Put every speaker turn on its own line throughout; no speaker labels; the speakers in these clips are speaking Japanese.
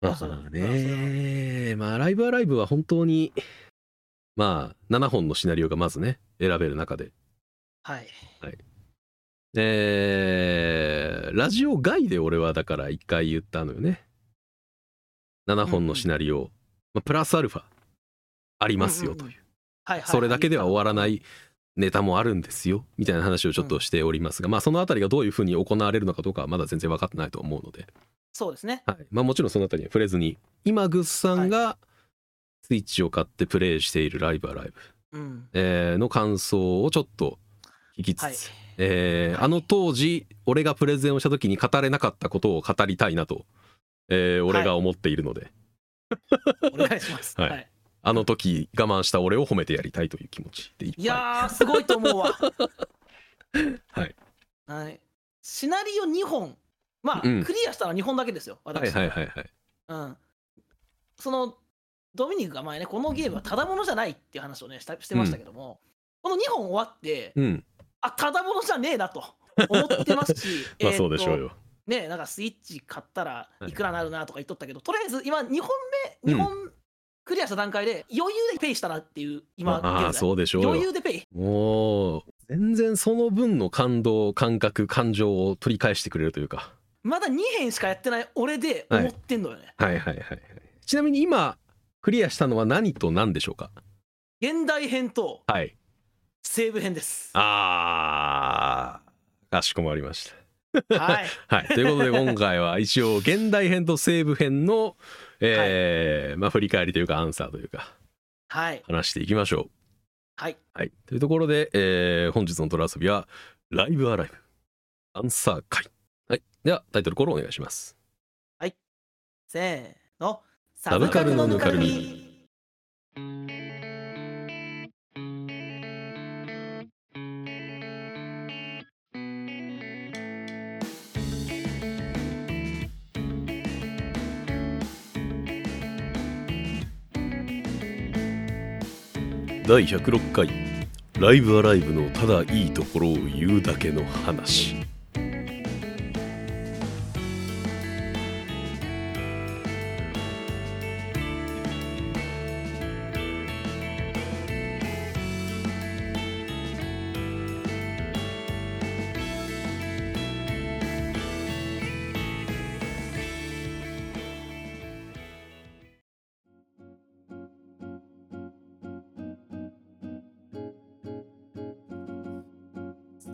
ま
そうだ
あ
ねまあそれは
ね、まあライブアライブは本当に、まあ7本のシナリオがまずね、選べる中で。
はい。
えー、ラジオ外で俺はだから一回言ったのよね。7本のシナリオ、まあプラスアルファありますよと。
うんうんうん。はいはい、。
それだけでは終わらないいネタもあるんですよみたいな話をちょっとしておりますが、まあそのあたりがどういうふうに行われるのかどうかはまだ全然分かってないと思うので、
そうですね。
はいまあ、もちろんそのあたりには触れずに今グッさんがスイッチを買ってプレイしているライブアライブ、
うん。
えーの感想をちょっと聞きつつ、
はい。
えー
はい
あの当時俺がプレゼンをした時に語れなかったことを語りたいなと、えー俺が思っているので、
お願いします。
はい
はい。
あの時我慢した俺を褒めてやりたいという気持ちでいっぱい
いやー、すごいと思うわ。
はい。
はい。シナリオ2本。まあ、
うん
クリアしたのは2本だけですよ、
はい
私。
はいはいはい
うん。その、ドミニクが前ね、このゲームはただものじゃないっていう話をね、したしてましたけども、この2本終わって、
うん、
あ、ただものじゃねえなと思ってますし
まあそうでしょう
えーっ
よ、
と。ね、なんかスイッチ買ったら
はい
いくらなるなとか言っとったけど、とりあえず今、2本目、
う
2
ん
本クリアした段階で、余裕でペイしたなっていう、今、
ああ
現在
そうでしょうよ
余裕でペイ。
もう全然その分の感動感覚感情を取り返してくれるというか
まだ2編しかやってない俺で思ってんのよね。
はいはいはいはいちなみに今クリアしたのは何と何でしょうか
現代編と
はい
西部編です。
あーかしこまりまし
はい。
たはいということで今回は一応現代編と西部編のえーまあ振り返りというかアンサーというか
はい。
話していきましょ
はい。
うはいというところで、えー本日の「ドラ遊び」は「ライブアライブ」アンサー会はいではタイトルコールお願いします
せーの。
サブカルのぬかる
み。
第106回ライブアライブのただいいところを言うだけの話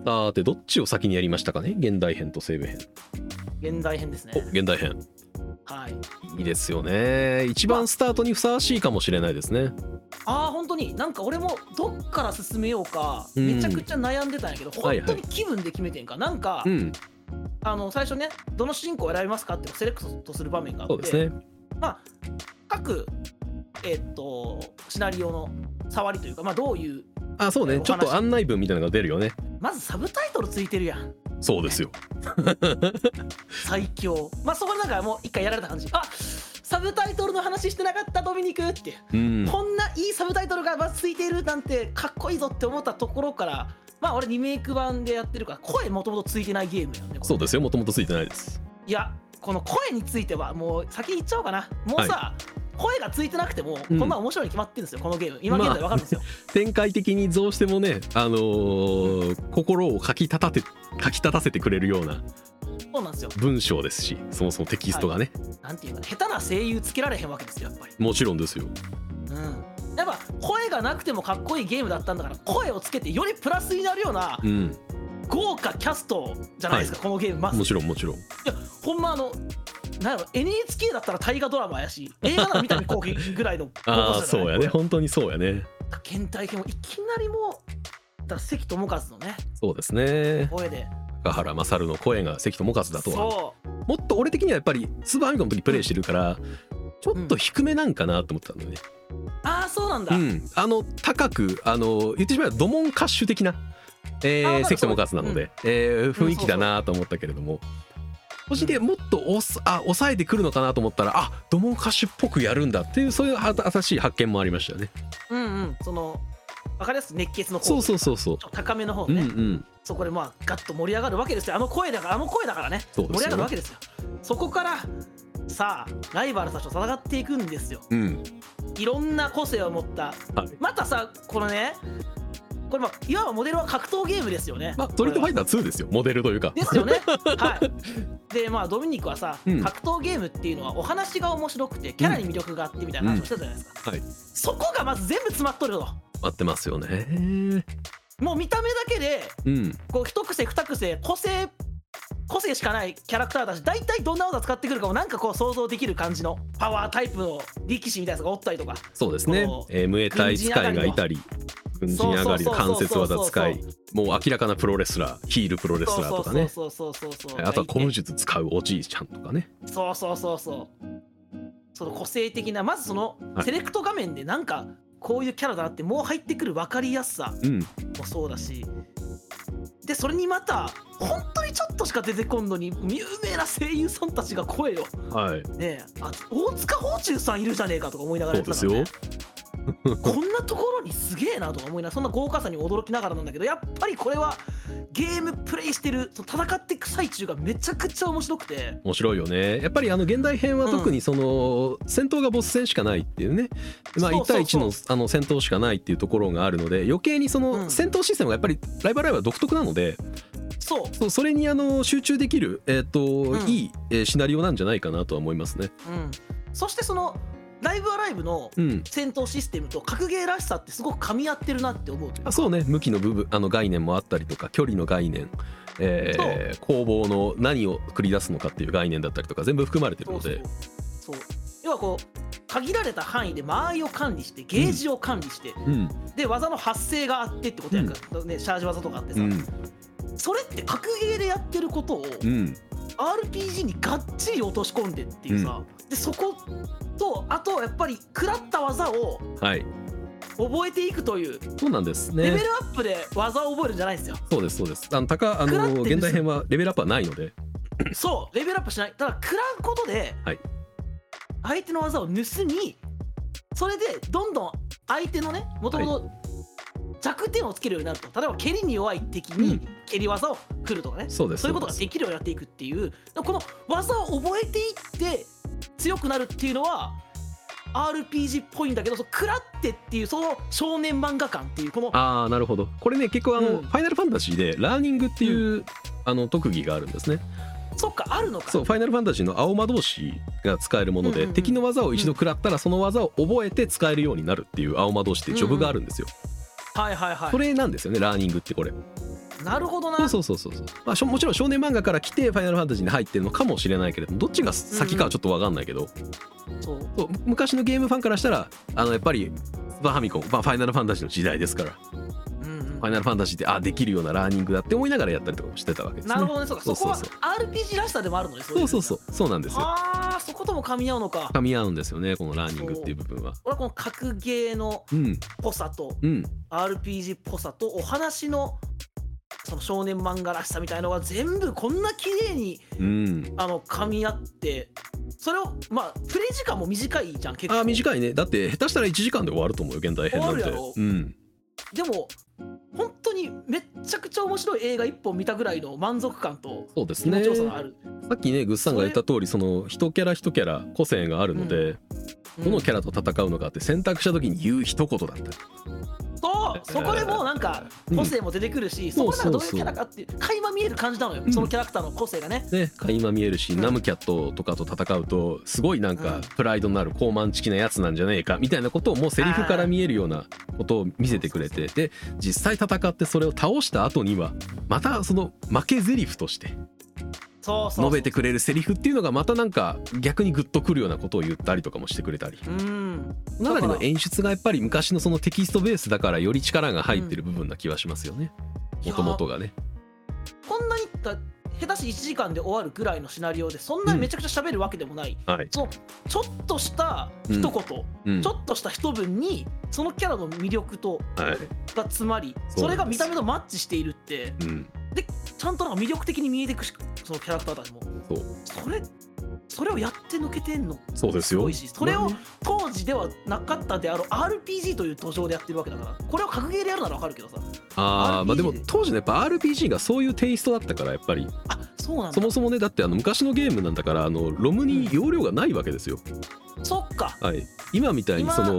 さてどっちを先にやりましたかね現代編と西部編
現代編ですね
お。現代編
はい。
いいですよね一番スタートにふさわしいかもしれないですね
ああ、本当に、なんか俺もどっから進めようか、
うん
めちゃくちゃ悩んでたんやけど、
はい
本
はい
当に気分で決めてんか。なんか、
うん
あの、最初ね、どの主人公を選びますかってセレクトする場面があ
そ
っ
うで
て、
すね
まあ、各、えーっと、シナリオの触りというか、まあ、どういう、
あそうね
お話
ちょっと案内文みたいなのが出るよね
まずサブタイトルついてるやん。
そうですよ
最強まあそこでなんかもう一回やられた感じあサブタイトルの話してなかったドミニクって、
うん
こんないいサブタイトルがまずついているなんてかっこいいぞって思ったところからまあ俺リメイク版でやってるから声もともとついてないゲームやんねこれ
そうですよもともとついてないです
いやこの声についてはもう先に言っちゃおうかなもうさ、声がついてなくてもこ
うん
んなん面白いに決まってるんですよ、このゲーム今現在わかるんですよ、
展開的にどうしてもねあのー心をかきたたてかきたたせてくれるような
そうなんですよ
文章ですしそもそもテキストがね、
なんていうか下手な声優つけられへんわけですよやっぱり
もちろんですよ
うんやっぱ声がなくてもかっこいいゲームだったんだから声をつけてよりプラスになるような
うん
豪華キャストじゃないですか、このゲームまず
もちろんもちろん
いやほんまあのなんやろ NHK だったら大河ドラマやし映画なら三谷幸喜ぐらいの
ああそうやね本当にそうやね
県大編もいきなりもうだから関智一のね
そうですね
声で
高原勝の声が関智一だとは
そ
もっと俺的にはやっぱりスーパーファミコンの時プレイしてるからちょっと低めなんかなと思ってたんだよね、
うああそうなんだ、
うんあの高くあの言ってしまえばドモン歌手的な、え
あ
ー
まだ
関智一なので、えー雰囲気だなと思ったけれども、そしてもっとおすあ抑えてくるのかなと思ったらあドモン歌手っぽくやるんだっていうそういうは新しい発見もありましたよね
うんうんその分かりやすく熱血の方
そうそうそうそう
ちょっと高めの方
うんう
ね、
ん
そこでまあガッと盛り上がるわけですよあの声だからあの声だからね
そうで
盛
すよ
り上がる
ね
わけですよそこからさあライバルたちと戦っていくんですよ
うん
いろんな個性を持った、
はい
またさこのねこれまあいわばモデルは格闘ゲームですよね
まあストリートファイター2ですよモデルというか
で すよねはいでまあドミニクはさ、
うん
格闘ゲームっていうのはお話が面白くてキャラに魅力があってみたいな話をしてたじゃないですか、
うんはい
そこがまず全部詰まっとると
待ってますよね
もう見た目だけで
うん
こう一癖二癖個性個性しかないキャラクターだし大体どんな技使ってくるかもなんかこう想像できる感じのパワータイプの力士みたいなやつがおったりとか
そうですね
この
えームエタイ使いがいたり軍人上がりの関節技使い
そう
もう明らかなプロレスラーヒールプロレスラーとかね
そうそうそうそうそうそう
あとは古武術使うおじいちゃんとかね
そうそうそうそうその個性的なまずその
はい
セレクト画面でなんかこういうキャラだなってもう入ってくる分かりやすさ
うん
もそうだしでそれにまた本当にちょっとしか出てこんのに有名な声優さんたちが声を
はい
ねえあ大塚芳忠さんいるじゃねえかとか思いながら
そう
やって
です
たから、
よ
ね、こんなところにすげえなとか思いながらそんな豪華さに驚きながらなんだけどやっぱりこれはゲームプレイしてるその戦っていく最中がめちゃくちゃ面白くて
面白いよねやっぱりあの現代編は特にその戦闘がボス戦しかないっていうね、まあ、
そ
1
うそうそう
対1のあの戦闘しかないっていうところがあるので余計にそうの
ん
戦闘システムがやっぱりライバルライバルは独特なので
そう
そうそれにあの集中できる、えっと
うん
いいえーシナリオなんじゃないかなとは思いますね。
うん、そしてその「ライブアライブ!」の
うん
戦闘システムと格ゲーらしさってすごく噛み合ってるなって思うという
あそうね向きの部分あの概念もあったりとか距離の概念、えー攻防の何を繰り出すのかっていう概念だったりとか全部含まれてるので
そうそう要はこう限られた範囲で間合いを管理してゲージを管理して、
うん
で技の発生があってってことやんか、ね、シャージ技とかあって
う
さ、
ん
それって格ゲーでやってることを
うん
RPG にがっちり落とし込んでっていうさ、でそことあとやっぱり食らった技を
はい
覚えていくという
そうなんですね。
レベルアップで技を覚えるんじゃないんですよ
そうですそうです。あの高あ
食らってる
の
んですよ
現代編はレベルアップはないので、
そうレベルアップしないただ食らうことで、
はい
相手の技を盗みそれでどんどん相手のねもともと弱点をつけるようになると例えば蹴りに弱い敵
う
に
ん
蹴り技を振るとかね、
そうです
そういうことが
そう
できるようになっていくっていうこの技を覚えていって強くなるっていうのは RPG っぽいんだけどその食らってっていうその少年漫画感っていうこの
ああなるほど。これね結構あの、
うん
ファイナルファンタジーでラーニングっていう、あの特技があるんですね。
そっかあるのか
そうファイナルファンタジーの青魔導士が使えるもので、
うんうんうん
敵の技を一度食らったらその技を覚えて使えるようになるっていう青魔導士っていうジョブがあるんですよ。
はいはいはい
それなんですよねラーニングってこれ。
なるほどな
そうそうそうそうそう。まあしょもちろん少年漫画から来てファイナルファンタジーに入ってるのかもしれないけれどもどっちが先かはちょっとわかんないけど、
そう
そう昔のゲームファンからしたらあのやっぱりスーパーファミコン、まあ、ファイナルファンタジーの時代ですから。
うんうん
ファイナルファンタジーってあできるようなラーニングだって思いながらやったりとかもしてたわけですね。
なるほどね、そうか、
そ
そう
そうそう
こは RPG らしさでもあるのね、そ
そうそうそううそうなんですよ。
ああ、そことも噛み合うのか。
噛み合うんですよねこのラーニングっていう部分は。
俺はこの格ゲーの
うん
ぽさと
うん
RPG っぽさとお話のその少年漫画らしさみたいのが全部こんな綺麗に
うん。
あの噛み合ってそれをまあプレイ時間も短いじゃん結構
あー短いねだって下手したら1時間で終わると思うよ現代編なんて。
終わるやろ
うん
でも本当にめっちゃくちゃ面白い映画一本見たぐらいの満足感と
そうです
気持
ね。
ちよさがあ
さ
る、
っきねぐっさんが言った通りその一キャラ一キャラ個性があるので、どのキ
ャ
ャラと戦うのかって選択した時に言う一言だったり
そうそこでもうなんか
うん
個性も出てくるし、
そう
そこからどうい
そうそう
うキャラかっていう垣間見える感じなのよ、
うん
そのキャラクターの個性がね
ね垣間見えるし、
うん
ナムキャットとかと戦うとすごいなんか、
うん
プライドのある高慢チキなやつなんじゃねえかみたいなことをもうセリフから見えるようなことを見せてくれてで実際戦ってそれを倒した後にはまたその負け台詞として
そうそうそう
述べてくれるセリフっていうのがまたなんか逆にグッとくるようなことを言ったりとかもしてくれたり
うん
その辺りの演出がやっぱり昔のそのテキストベースだからより力が入ってる部分な気はしますよね
い
も
や
ともとがね。
こんなにだ下手し1時間で終わるぐらいのシナリオでそんなにめちゃくちゃ喋るわけでもない、
はい
そのちょっとした一言、
うん
ちょっとした一文にそのキャラの魅力と
はい
が詰まり
す
それが見た目とマッチしているって
うん
ちゃんとなんか魅力的に見えてくしそのキャラクターたちも
そう
それそれをやって抜けてんの
そうですすよ
ごいしそれ
まあ
を
ね
当時ではなかったであろう RPG という土壌でやってるわけだからこれを格ゲーでやるならわかるけどさ
あー
RPG
まあでも当時のやっぱ RPG がそういうテイストだったからやっぱり
あそうなんだ
そもそもねだってあの昔のゲームなんだからあのロムに容量がないわけですよ、
そっか
はい、今みたいに
今
その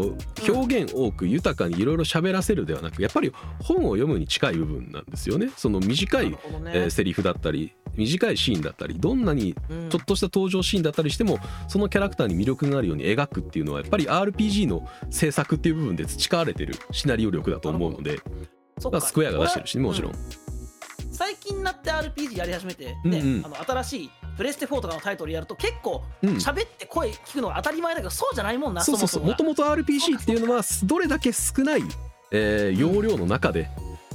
表現多く豊かにいろいろ喋らせるではなくやっぱり本を読むに近い部分なんですよねその短
ないる、ほどね
えーセリフだったり短いシーンだったりどんなに
うん
ちょっとした登場シーンだったりしてもそのキャラクターに魅力があるように描くっていうのはやっぱり RPG の制作っていう部分で培われてるシナリオ力だと思うので、
そっ
ま
か
あ、スクエアが出してるしねもちろん、
う最近になって RPG やり始めて、ね
うんうん
あの新しいプレステ4とかのタイトルやると結構
うん、
喋って声聞くのが当たり前だけどそうじゃないもんな
そうそうそう
も
も
そ
と
も
もと RPG っていうのはどれだけ少ない、えー容量の中で、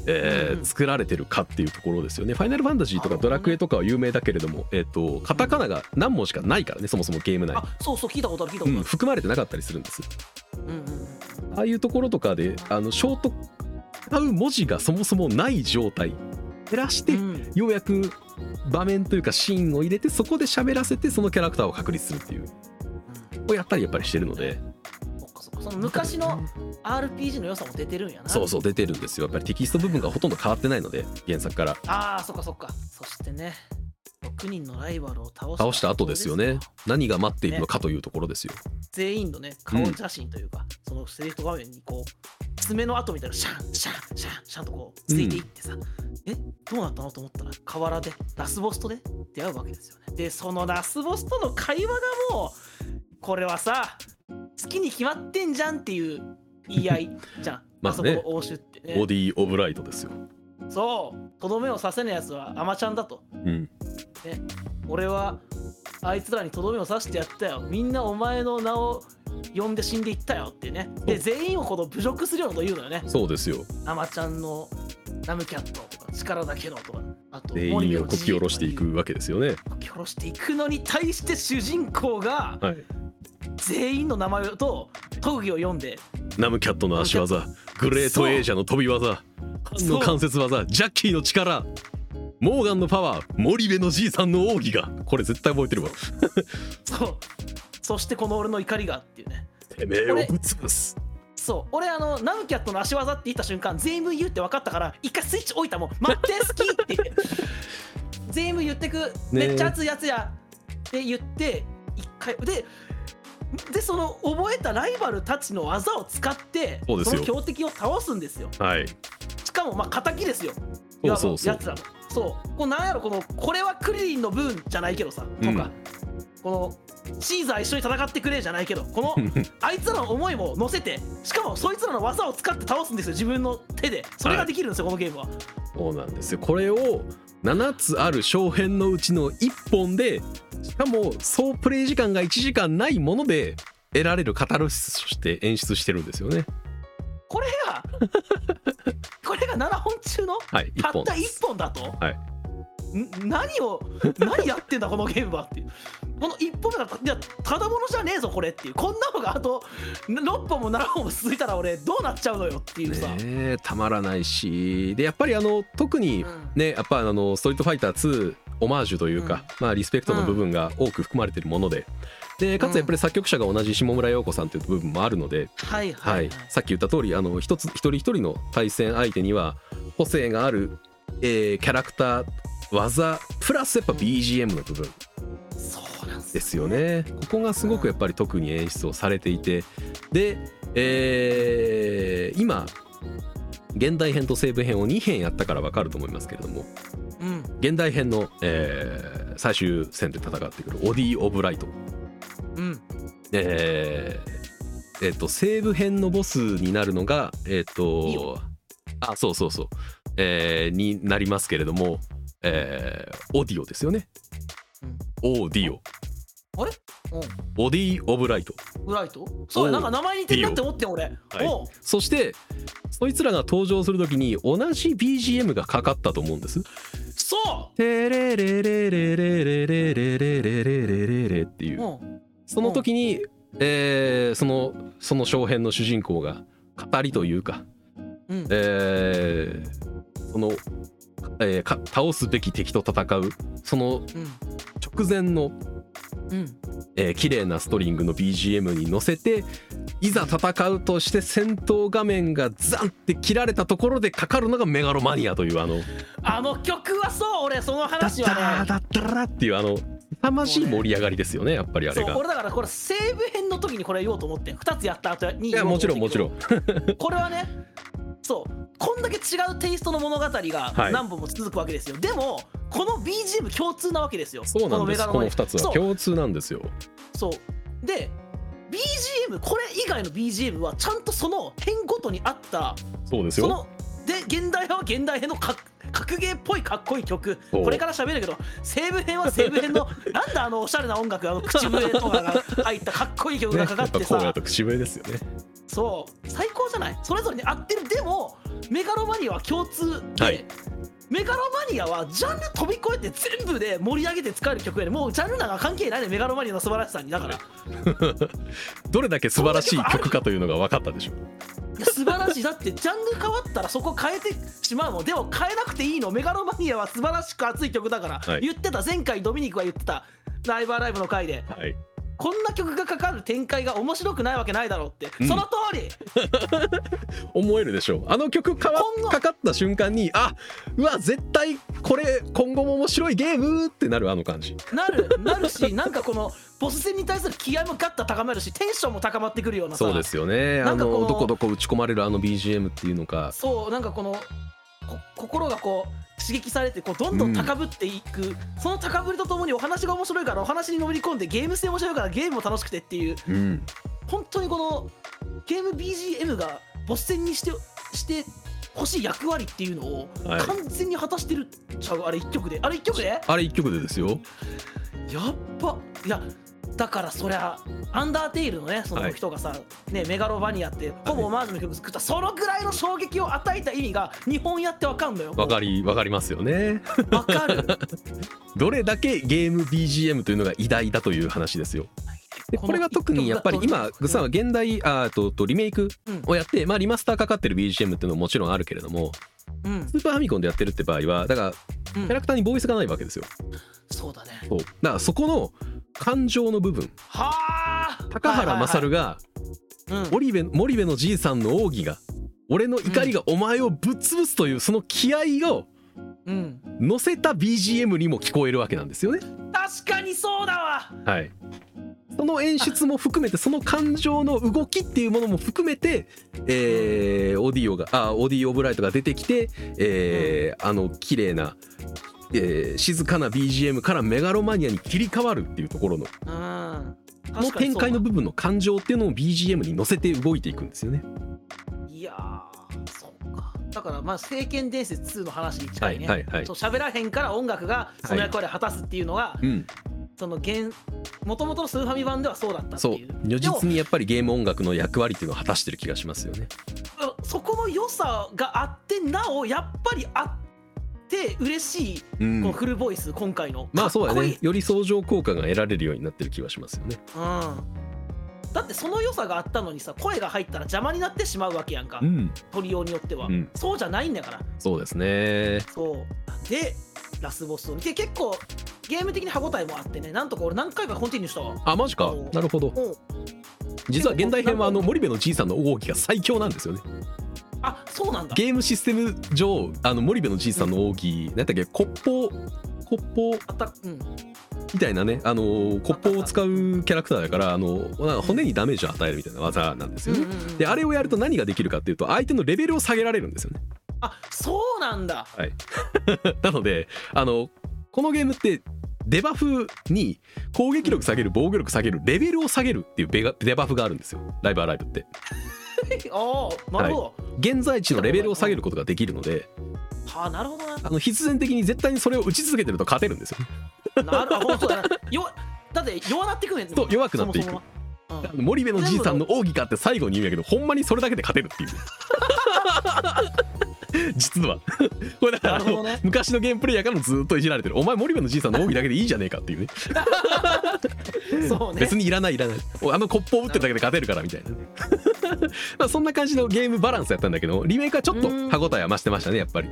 えー
うん
作られてるかっていうところですよね「ファイナルファンタジー」とか「
なるほ
ド
どね
ラクエ」とかは有名だけれども、えー、とカタカナが何問しかないからねそもそもゲーム内
があそうそう聞いたことある聞いた
う
こ
ん、
と
含まれてなかったりするんです
ある、うんうんうん
ああいうところとかであのショート使う文字がそもそもない状態減らして、
うん
ようやく場面というかシーンを入れてそこで喋らせてそのキャラクターを確立するっていうをやったりやっぱりしてるので
そっかそっかその昔の RPG の良さも出てるんやな
そうそう出てるんですよやっぱりテキスト部分がほとんど変わってないので原作から
ああそっかそっかそしてね6人のライバルを倒した
倒した後ですよね何が待っているのかというところですよ
全員のね顔写真というか、そのセリフと画面にこう爪の跡みたいなシャンシャンシャンシャンとこうついていってさ、えどうなったのと思ったら河原でラスボスとね出会うわけですよねでそのラスボスとの会話がもうこれはさ好きに決まってんじゃんっていう言い合いじゃん
まあね
そこの応酬ってね
ボディー・オブ・ライトですよ、
そうとどめをさせないやつはアマちゃんだと
うん、
俺はあいつらにとどめを刺してやったよみんなお前の名を呼んで死んでいったよっていうねで全員をこの侮辱するようなこと言うのよね
そうですよ
アマちゃんのラムキャットとか力だけのとかあと
全員をこき下ろしていくわけですよね
こき下ろしていくのに対して主人 公が
はい
全員の名前と特技を読んで
ナムキャットの足技グレートエイジャーの飛び技ハンの関節技ジャッキーの力モーガンのパワー森部のじいさんの奥義がこれ絶対覚えてるわ
そうそうそしてこの俺の怒りがっていうね
てめえをぶつぶす
そう俺あのナムキャットの足技って言った瞬間全部言うって分かったから一回スイッチ置いたもん待って好きって言って 全部言ってく
ねえ
めっちゃ熱いやつやって言って一回ででその覚えたライバルたちの技を使って
そうですよ
の強敵を倒すんですよ
はい
しかもまあ敵ですよ
そうそうそう
やつらもそうこうなんやろこのこれはクリリンの分じゃないけどさとか、このシーザー一緒に戦ってくれじゃないけどこのあいつらの思いも乗せてしかもそいつらの技を使って倒すんですよ自分の手でそれができるんですよ、このゲームは
そうなんですよこれを7つある小編のうちの1本でしかも総プレイ時間が1時間ないもので得られるカタルシスとして演出してるんですよね
これ がこれが7本中の
はい1
たっ
本
た
です
1本だと、
はい
ん何を何やってんだこのゲームはっていうこの1本目だといやただものじゃねえぞこれっていうこんなのがあと6本も7本も続いたら俺どうなっちゃうのよっていうさ、
ねえたまらないしでやっぱりあの特に
うん
ねやっぱあの「ストリートファイター2」オマージュというか、まあ、リスペクトの部分が多く含まれているものででかつやっぱり作曲者が同じ下村陽子さんという部分もあるので、
はいはい、
はい、さっき言った通りあの一つ一人一人の対戦相手には個性がある、えーキャラクター技プラスやっぱ BGM の部分
そうなんですよ
ですよねここがすごくやっぱり特に演出をされていてで、えー今現代編と西部編を2編やったから分かると思いますけれども
うん
現代編の、えー最終戦で戦ってくるオディ・オブライト
うん
えーえっと西部編のボスになるのがえっ、
いい
と
よ
あそうそうそう、えーになりますけれども、えーオディオですよね、オーディオ
あれうん
ボディ・オブ・ライト
ブライトそうや
おう
なんか名前似てんなって思ってん俺、
い
おう
そしてそいつらが登場する時に同じ BGM がかかったと思うんです
そ
テレレレレレレレレレレレレレレっていうう
うん
その時に、えーそのその小編の主人公が語りというか、
うん
えーその、えーか倒すべき敵と戦うその
うん
直前の
うん。
えー綺麗なストリングの BGM に乗せていざ戦うとして戦闘画面がザンって切られたところでかかるのがメガロマニアというあの
あの曲はそう、俺、その
「ダッ
話
ダラ
は
ー
ね。
ダッダラー」っていうあの凄まじい盛り上がりですよねやっぱりあれ
そう
が。
俺だからこれ西部編の時にこれ言おうと思って2つやった後に
いやもちろんもちろん
これはねそうこんだけ違うテイストの物語が
はい
何本も続くわけですよ、でもこの BGM 共通なわけですよ
そうなんです
このメガロ
こ
マニ
の2
ア
つは
そう
共通なんですよ。
そうで BGM これ以外の BGM はちゃんとその編ごとにあった
そうです
そ
よ
ので現代派は現代編のか格ゲーっぽいかっこいい曲
そう
これから喋るけど西部編は西部編 のなんだあのおしゃれな音楽あの口笛とかが入ったかっこいい曲
ねや
が
っ
かか
ぱ
っ
こ
て
う
さ、
やと口笛ですよね。
そう最高じゃないそれぞれに合ってるでもメガロマニアは共通で、
はい
メガロマニアはジャンル飛び越えて全部で盛り上げて使える曲よりもうジャンルなんか関係ないねメガロマニアの素晴らしさにだから、
どれだけ素晴らしい曲かというのが分かったでしょう。
いや素晴らしいだってジャンル変わったらそこ変えてしまうもんでも変えなくていいのメガロマニアは素晴らしく熱い曲だから、
はい
言ってた前回ドミニクが言ってたライブアライブの回で
はい、
こんな曲がかかる展開が面白くないわけないだろうって、
うん
その通り
思えるでしょうあの曲かわ
こんな
かかった瞬間にあうわ絶対これ今後も面白いゲームってなるあの感じ
なるなるしなんかこのボス戦に対する気合もガッと高まるしテンションも高まってくるようなさ
そうですよね
な
あ
んかこの
のどこどこ打ち込まれるあの BGM っていうのか
そうなんかこのこ心がこう刺激されてこうどんどん高ぶっていく、その高ぶりとともにお話が面白いからお話にのめり込んでゲーム性面白いからゲームも楽しくてっていう
うん
本当にこのゲーム BGM がボス戦にしてして欲しい役割っていうのを
はい
完全に果たしてるっちゃうあれ一曲であれ一曲で
あれ一曲でですよ
やっぱいやだからそりゃアンダーテイルのねそ
は
の
い
人がさ、ねメガロバニアってほぼオマージュの曲作った、そのぐらいの衝撃を与えた意味が日本やってわかんのよ
わかりわかりますよね
わ かる
どれだけゲーム BGM というのが偉大だという話ですよでこれが特にやっぱり今グさんは現代あととリメイクをやって、まあ、リマスターかかってる BGM っていうのももちろんあるけれども
うん、うん
スーパーファミコンでやってるって場合はだからキャラクターにボイスがないわけですよ
そうだね
そうだからそこの感情の部分
はあ
高原勝
が、
が
はいはいはいうん
森部森部のじいさんの奥義が俺の怒りがお前をぶっ潰すというその気合を
うん
乗せた BGM にも聞こえるわけなんですよね。
確かにそうだわ
はいその演出も含めてその感情の動きっていうものも含めて、えーオーディオがあオーディオブライトが出てきて、えーあの綺麗な、えー静かな BGM からメガロマニアに切り替わるっていうところの
うん
この展開の
確かに
部分の感情っていうのを BGM に乗せて動いていくんですよね。
そうだいやーそうかだからまあ「聖剣伝説2」の話に近いね、
はいはいはい
そう喋らへんから音楽がその役割を果たすっていうのが、
うん、
その現元々のスーファミ版ではそうだったって
そう
いう
如
でも
実にやっぱりゲーム音楽の役割っていうのを果たしてる気がしますよね。
そこの良さがあってなおやっぱりあって嬉しい、
うん
このフルボイス今回の
まあそうだ
かっこい
ね
い
より相乗効果が得られるようになってる気がしますよね。
うん、だってその良さがあったのにさ声が入ったら邪魔になってしまうわけやんか、
うん、
鳥用によっては、
うん
そうじゃないんだから
そうですね。
そうでラスボスを見て結構ゲーム的に歯応えもあってねなんとか俺何回かコンティニューしたわ
あマジか
そう
なるほど
うん
実は現代編はあの森部のじいさんの奥義が最強なんですよね
あそうなんだ
ゲームシステム上あの森部のじいさんの奥義何だっけ骨砲骨砲
あったうん
みたいなねあの骨砲を使うキャラクターだからあのなんか骨にダメージを与えるみたいな技なんですよね。であれをやると何ができるかっていうと相手のレベルを下げられるんですよね。
あそうなんだ
なのであのこのゲームってデバフに攻撃力下げる防御力下げるレベルを下げるっていうベガデバフがあるんですよライブアライブって
ああなるほど、
現在地のレベルを下げることができるので
はあなるほどな
あの必然的に絶対にそれを打ち続けてると勝てるん ですよ
なるほど だな弱だって弱なってくんねん
そう弱くなっていく
そもそもはうん
森部のじいさんの奥義かって最後に言うんやけどほんまにそれだけで勝てるっていう 実は これだからあの
なるほどね
昔のゲームプレイヤーからもずっといじられてるお前森部のじいさんの奥義だけでいいじゃねえかっていうね
そうね
別にいらないいらないおあのコップを打ってるだけで勝てるからみたいな まあそんな感じのゲームバランスやったんだけどリメイクはちょっと
うん
歯応えは増してましたねやっぱり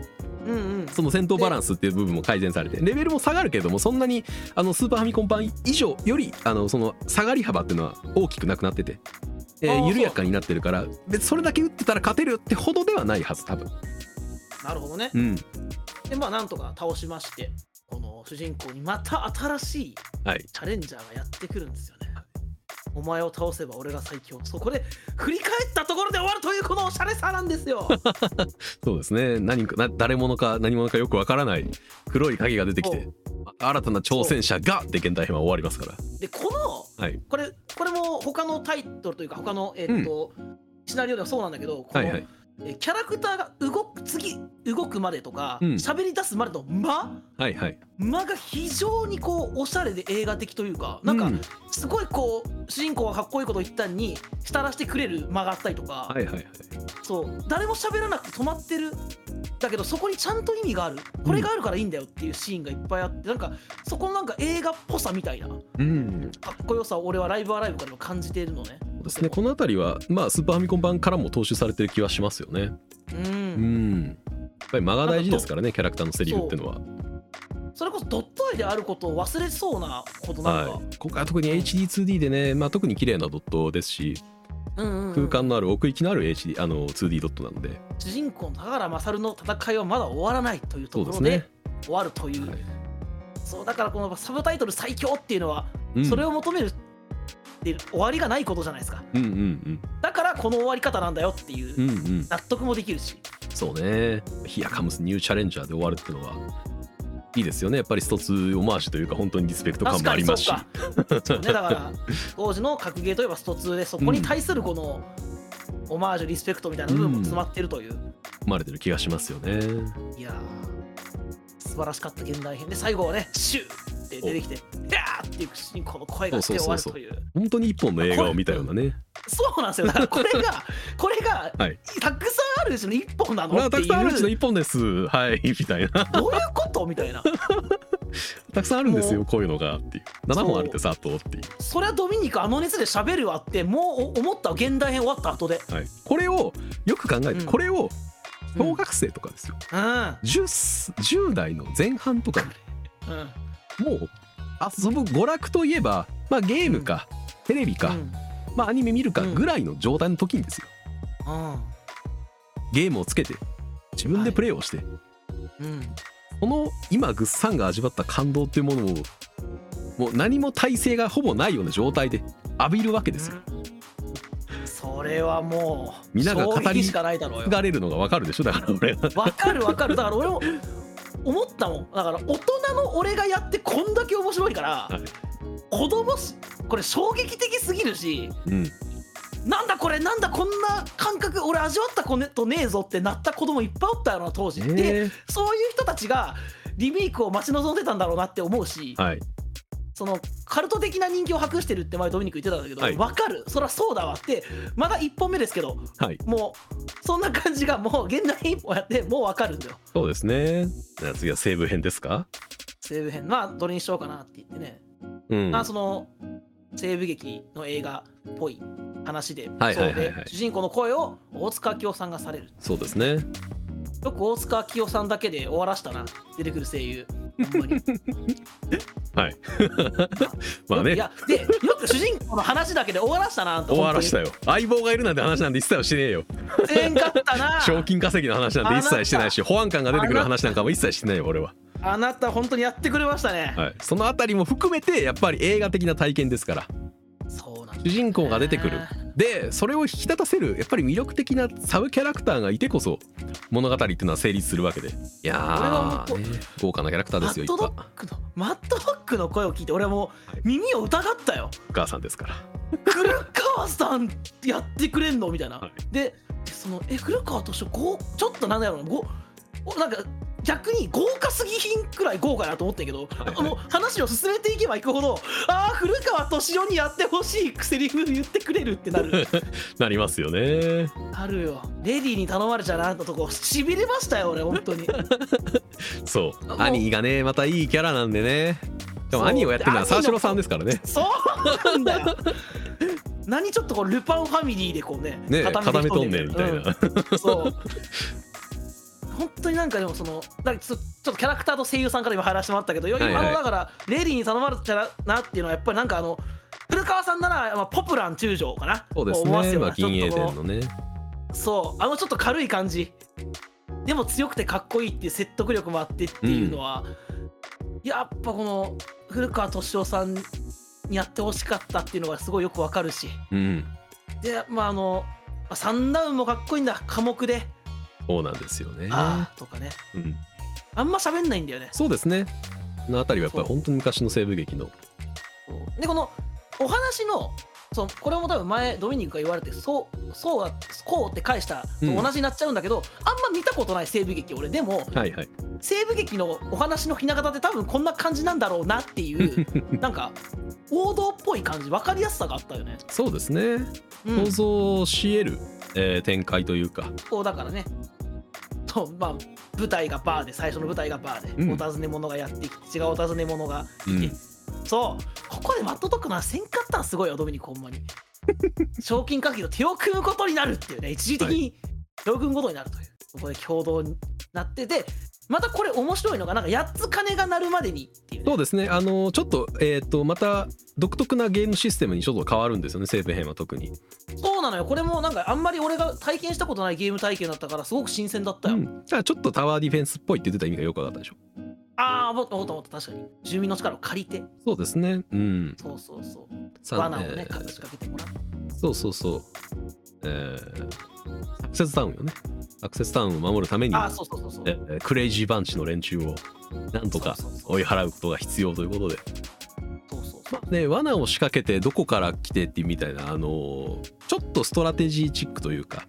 うんうん
その戦闘バランスっていう部分も改善されてレベルも下がるけれどもそんなにあのスーパーファミコン版以上よりあのその下がり幅っていうのは大きくなくなってて、えー
あーそう
緩やかになってるから別にそれだけ打ってたら勝てるってほどではないはず多分、
なるほどね
うん、
でまあなんとか倒しましてこの主人公にまた新しい
はい
チャレンジャーがやってくるんですよねお前を倒せば俺が最強そこで振り返ったところで終わるというこのおしゃれさなんで すよ
そうですね何かな誰者か何者かよくわからない黒い影が出てきて新たな挑戦者がで現代編は終わりますから
でこの、
はい
これこれも他のタイトルというか他のえっと、シナリオではそうなんだけどこの、
はいはい
えキャラクターが動く次動くまでとか
うん
喋、り出すまでの間
はいはい
間が非常にこうおしゃれで映画的というかなん
う
かすごいこう主人公がかっこいいことを言ったのに浸らしてくれる間があったりとか、
はいはいはい
そう誰も喋らなくて止まってるだけどそこにちゃんと意味があるこれがあるからいいんだよっていうシーンがいっぱいあってなんかそこのなんか映画っぽさみたいなか
うん
っこよさを俺はライブアライブからも感じているのね
そうですねこの辺りはまあスーパーファミコン版からも踏襲されてる気はしますよね
うん、
うんやっぱり間が大事ですからねキャラクターのセリフっていうのは
それこそドット絵であることを忘れそうなことなんか、
はい、今回は特に HD2D でね、まあ、特に綺麗なドットですし
うんうんうん
空間のある奥行きのある HD あの 2D ドットなので
主人公の高原勝の戦いはまだ終わらないという
そ
と
う
こ
で
ろ
す
で
ね、
終わるという、
はい
そうだからこのサブタイトル「最強」っていうのは、
うん、
それを求めるっていう終わりがないことじゃないですか
うんうん
だからこの終わり方なんだよっていう
うんうんうん
納得もできるし、
そうね「ヒアカムスニューチャレンジャー」で終わるっていうのはいいですよねやっぱりストツオマージュというか本当にリスペクト感
確
もあ
か
り
に
ま
そう
すし
か。そうね、だから、当時の格ゲーといえばスト2で、そこに対するこの、オマージュ、リスペクトみたいな部分も詰まってるという、
生まれてる気がしますよね
いやー、素晴らしかった現代編で、最後はね、シューって出てきて、ダーっていく主人公の声がして終わるという、
本当に一本の映画を見たようなね
そうなんですよ、だからこれが、これが、
はい
たくさんあるうちの一本なの
まあ
って
た
い
くさんあるうちの
う、
一本ですはい みたいな
どういうことみたいな、
たくさんあるんですよこういうのがっていう7本あるってさとっていう
そりゃドミニク、あの熱で喋るわって、もう思った現代編終わった後で。
はい、これをよく考えて、
うん
これを
うん
小学生とかですよ、
うん、
10, す10代の前半とか
うん
もう遊ぶ娯楽といえば、まあ、ゲームか、テレビか、
うん
まあ、アニメ見るか
うん
ぐらいの状態の時にですよ
う
ゲームをつけて自分でプレイをして、
んうん
この今ぐっさんが味わった感動っていうものをもう何も体勢がほぼないような状態で浴びるわけですよ。
それはもう
皆が語り
衝撃しかないだろうよ
がれるのがわかるでしょだから俺は
わかるわかるだから俺も思ったもんだから大人の俺がやってこんだけ面白いから、
はい
子供しこれ衝撃的すぎるし
うん
なんだこれなんだこんな感覚俺味わったことねえぞってなった子供いっぱいおったよな当時、で
ね
そういう人たちがリメイクを待ち望んでたんだろうなって思うし、
はい
そのカルト的な人気を博してるって前ドミニク言ってたんだけど、
はい
わかるそりゃそうだわってまだ1本目ですけど
はい
もうそんな感じがもう現代一本やってもうわかるんだよ
そうですねじゃあ次は西部編ですか
西部編まあどれにしようかなって言ってね、
うん
まあその西部劇の映画っぽい話で、
はいはいはいはい
そうで主人公の声を大塚明夫さんがされる
そうですね
よく大塚明夫さんだけで終わらしたな出てくる声優ほんまに
はいまあ
い
ね
やでよく主人公の話だけで終わらしたなと
終わらし
した
よ相棒がいるなんて話なんて一切はしてねえよ
せんかったな
賞金稼ぎの話なんて一切してないし保安官が出てくる話なんかも一切してないよ俺は、
あなた本当にやってくれましたね、
はい、そのあたりも含めてやっぱり映画的な体験ですから
そうなんだ
主人公が出てくる
ね
でそれを引き立たせるやっぱり魅力的なサブキャラクターがいてこそ物語っていうのは成立するわけでい
俺
や
は
ー、
本
ね豪華なキャラクター
マ
ですよ
ッ
い
ト
っ
ド
ぱい
ッグのマットドッグの声を聞いて俺はもう耳を疑ったよ
お母さんですから
古川さんやってくれんのみたいな、
はい
でそのえ古川としてごちょっとなんだろうなごおなんか逆に豪華すぎ品くらい豪華だなと思ったんやけど、
はい
あの話を進めていけばいくほどああ古川敏夫にやってほしいセリフ言ってくれるってなる
なりますよね
あるよレディーに頼まれちゃなあんたとこしびれましたよ俺本当に
そう
もう
兄がねまたいいキャラなんでねでも
そう
兄をやってるのは
で
三
兄の
四郎さんですからね
そうなんだよ何ちょっとこうルパンファミリーでこうね
ね固めとんねんみたい
る
な、
うんそう本当になんかでもそのだからちょちょっとキャラクターと声優さんから今入らせてもらったけど、
はい
あのだからレディーに頼まれたらなっていうのはやっぱりなんかあの古川さんなら、まあ、ポプラン中将かな
そうです
思わせ
ね、
るよ
まあ、
うなちょっ
銀英
とこの
伝のね
そうあのちょっと軽い感じでも強くてかっこいいっていう説得力もあってっていうのは、やっぱこの古川敏夫さんにやってほしかったっていうのがすごいよくわかるし
うん
でまああのまあ三段もかっこいいんだ科目で
そうなんですよね
「ああ」とかね
うん、
あんま喋んないんだよね。
そうですねこの辺りはやっぱり本当に昔の西部劇の
でこのお話のそのこれも多分前ドミニクが言われてそうそうはこうって返したと同じになっちゃうんだけど、あんま見たことない西部劇俺でも
はいはい
西部劇のお話のひな形って多分こんな感じなんだろうなっていうなんか王道っぽい感じ分かりやすさがあったよね。
そうですね
うん
想、像し得る、えー展開というか
こうだからねとまあ舞台がバーで最初の舞台がバーで、
うん
お尋ね者がやってきて違うお尋ね者が
うん
そうここでマットドックなせんかったんすごいよドミニクほんまに賞金稼ぎと手を組むことになるっていうね一時的に手を組むことになるというここで共同になってでまたこれ面白いのがなんか8つ鐘が鳴るまでにっていうね、
そうですねあのちょっとえっ、とまた独特なゲームシステムにちょっと変わるんですよね西部編は特に
そうなのよこれもなんかあんまり俺が体験したことないゲーム体験だったからすごく新鮮だった
う
よ、
ん、じゃあちょっとタワーディフェンスっぽいって言ってた意味がよくわかったでしょ
ああ思った思った思った確かに住民の力を借りて
そうですねうん
そうそうそう
さん
罠をね
えー
隠しかけてもらって
そうそうそうえーアクセスタウンよねアクセスタウンを守るために
ああそうそうそうそう
えークレイジーバンチの連中をなんとか
そうそうそう
追い払うことが必要ということで
そうそうそう
まあね罠を仕掛けてどこから来てってみたいなあのーちょっとストラテジーチックというか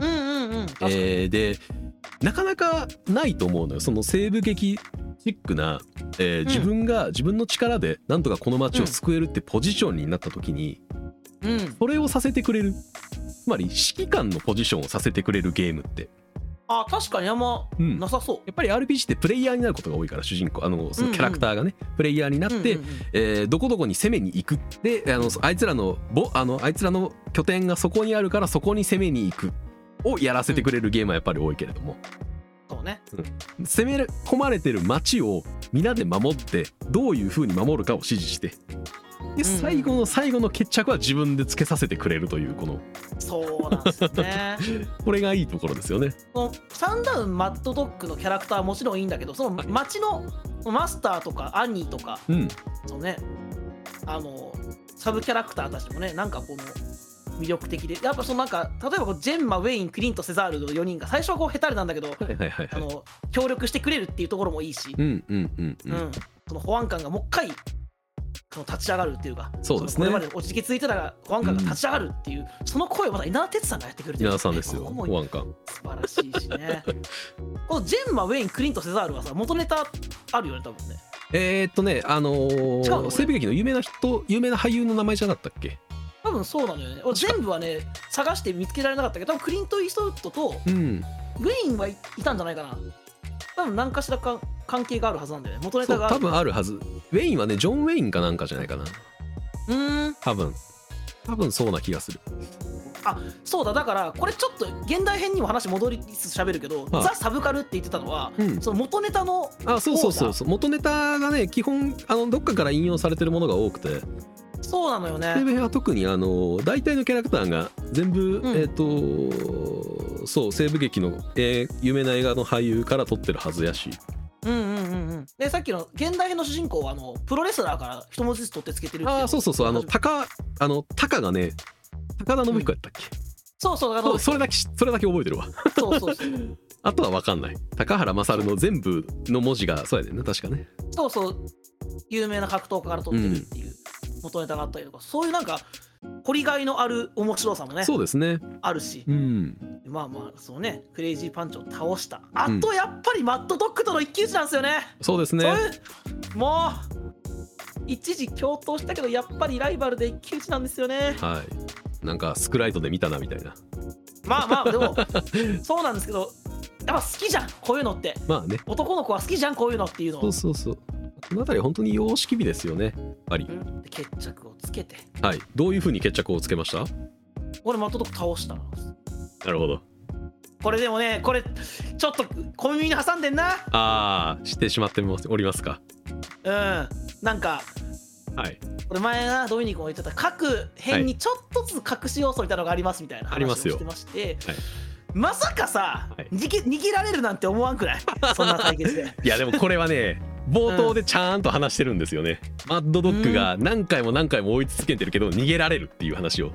うんうんうん確かに、
えーでなかなかないと思うのよその西部劇チックな、えー
ん
自分が自分の力でなんとかこの街を救えるってポジションになった時に、
うん
それをさせてくれるつまり指揮官のポジションをさせてくれるゲームって
あ確かにあんま
うん
なさそう、
やっぱり RPG ってプレイヤーになることが多いから主人公あのそのキャラクターがね、プレイヤーになって、
うんうんうん
えーどこどこに攻めに行くであのあいつらのぼあのあいつらの拠点がそこにあるからそこに攻めに行くをやらせてくれるゲームはやっぱり多いけれども、
そうね
攻め込まれてる町を皆で守ってどういう風に守るかを指示してで最後の最後の決着は自分でつけさせてくれるというこの
そうなんですよ ね
これがいいところですよね。
そのサンダウンマッドドッグのキャラクターはもちろんいいんだけどその街のマスターとかアニーとか
うん、
そのねあのサブキャラクターたちもねなんかこの魅力的でやっぱそのなんか例えばこうジェンマウェインクリントセザールの4人が最初はこうヘタレなんだけど、
はいはいはい
あ
はい。
の協力してくれるっていうところもいいし、
うんうんうんう
うん
ん。
その保安官がもう一回その立ち上がるっていうか
そうですね
のこれまで落ち着きついてたら保安官が立ち上がるっていう、その声をまた稲田哲さんがやってくれてる
皆さんですよ。
ここも
保安官。
素晴らしいしねこのジェンマウェインクリントセザールはさ元ネタあるよね多分ね
えー、っとね、あの
違うのこ
ー、
れ
西部劇の有名な人、有名な俳優の名前じゃなかったっけ？
多分そうなのよね俺全部はね探して見つけられなかったけど多分クリント・イーストウッドと
うん。
ウェインはいいたんじゃないかな多分何かしらか関係があるはずなんだよね元ネ
そ
タ
う
があ
多
る
分あるはず。ウェインはね、ジョンウェインかなんかじゃないかな。
うーん
多分。多分そうな気がする。
そうだだからこれちょっと現代編にも話戻りつつ喋るけど、
はい
ザ・サブカルって言ってたのは
うん。
その元ネタの
あそうそうそうそう元ネタがね基本あのどっかから引用されてるものが多くて
そうなのよ
テレ
ね
ビは特にあの大体のキャラクターが全部、
うん
えっ、とそう西部劇の、えー有名な映画の俳優から撮ってるはずやし
うんうんうんうんでさっきの現代編の主人公はあのプロレスラーから一文字ずつ取ってつけてるってい
ああそうそうそうあの
初めて
高あの高がね高田信彦やったっけ、
そうそうあ
そ
の
うそれだけ知それだけ覚えてるわ
そうそうそう
あとは分かんない高原勝の全部の文字がそうやねんな確かね
そうそう有名な格闘家から撮ってるっていう元ネタがあったりとか、そういうなんか掘りがいのある面白さもね
そうですね
あるし
うん
まあまあそのねクレイジーパンチを倒したあとやっぱりマッドドッグとの一騎打ちなんですよね、
そうですね
そういうもう一時共闘したけどやっぱりライバルで一騎打ちなんですよね
はいなんかスクライトで見たなみたいな
まあまあ でもそうなんですけどやっぱ好きじゃんこういうのって
まあね
男の子は好きじゃんこういうのっていうの
そ
を
うそうそう。この辺りは本当に様式美ですよね。やっぱり
う。んで決着をつけて
はい。どういうふうに決着をつけました
俺マッドドッグ倒したな
なるほど。
これでもねこれちょっと小耳に挟んでんな
ああしてしまってますおりますか
うんなんか
はい
これ前なドミニクも言ってた各辺にちょっとずつ隠し要素みたいなのがありますみたいな
あ
話
り
を
ますよ
してまして
はい
まさかさ、
はい
逃げ逃げられるなんて思わん くないそんな対決で
いやでもこれはね冒頭でちゃんと話してるんですよね、マッドドッグが何回も何回も追い続けてるけど逃げられるっていう話を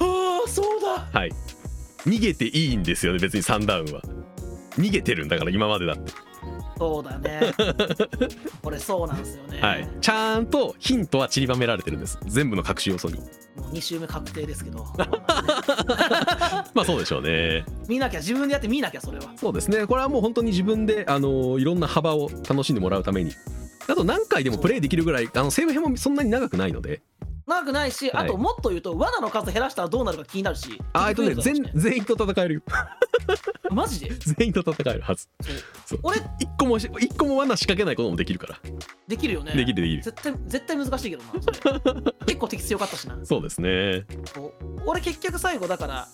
ああそうだ
はい逃げていいんですよね別にサンダウンは逃げてるんだから今までだって
そうだねこれそうなんですよね、
はいちゃんとヒントは散りばめられてるんです全部の隠し要素 に
もう2周目確定ですけど
まあそうでしょうね
見なきゃ自分でやって見なきゃそれは
そうですねこれはもう本当に自分で、あのいろんな幅を楽しんでもらうためにあと何回でもプレイできるぐらいあのセーブ編もそんなに長くないので
長くないし、
はい
あともっと言うと罠の数減らしたらどうなるか気になるし
あえっとね
気に
全
なるか
全員と戦えるよ
もしれないしねマジで
全員と戦えるはず
そう
そう
俺
一個もし一個も罠仕掛けないこともできるから
できるよね
できるできる
絶対絶対難しいけどなそれ結構敵強かったしな
そうですね
そう俺結局最後だから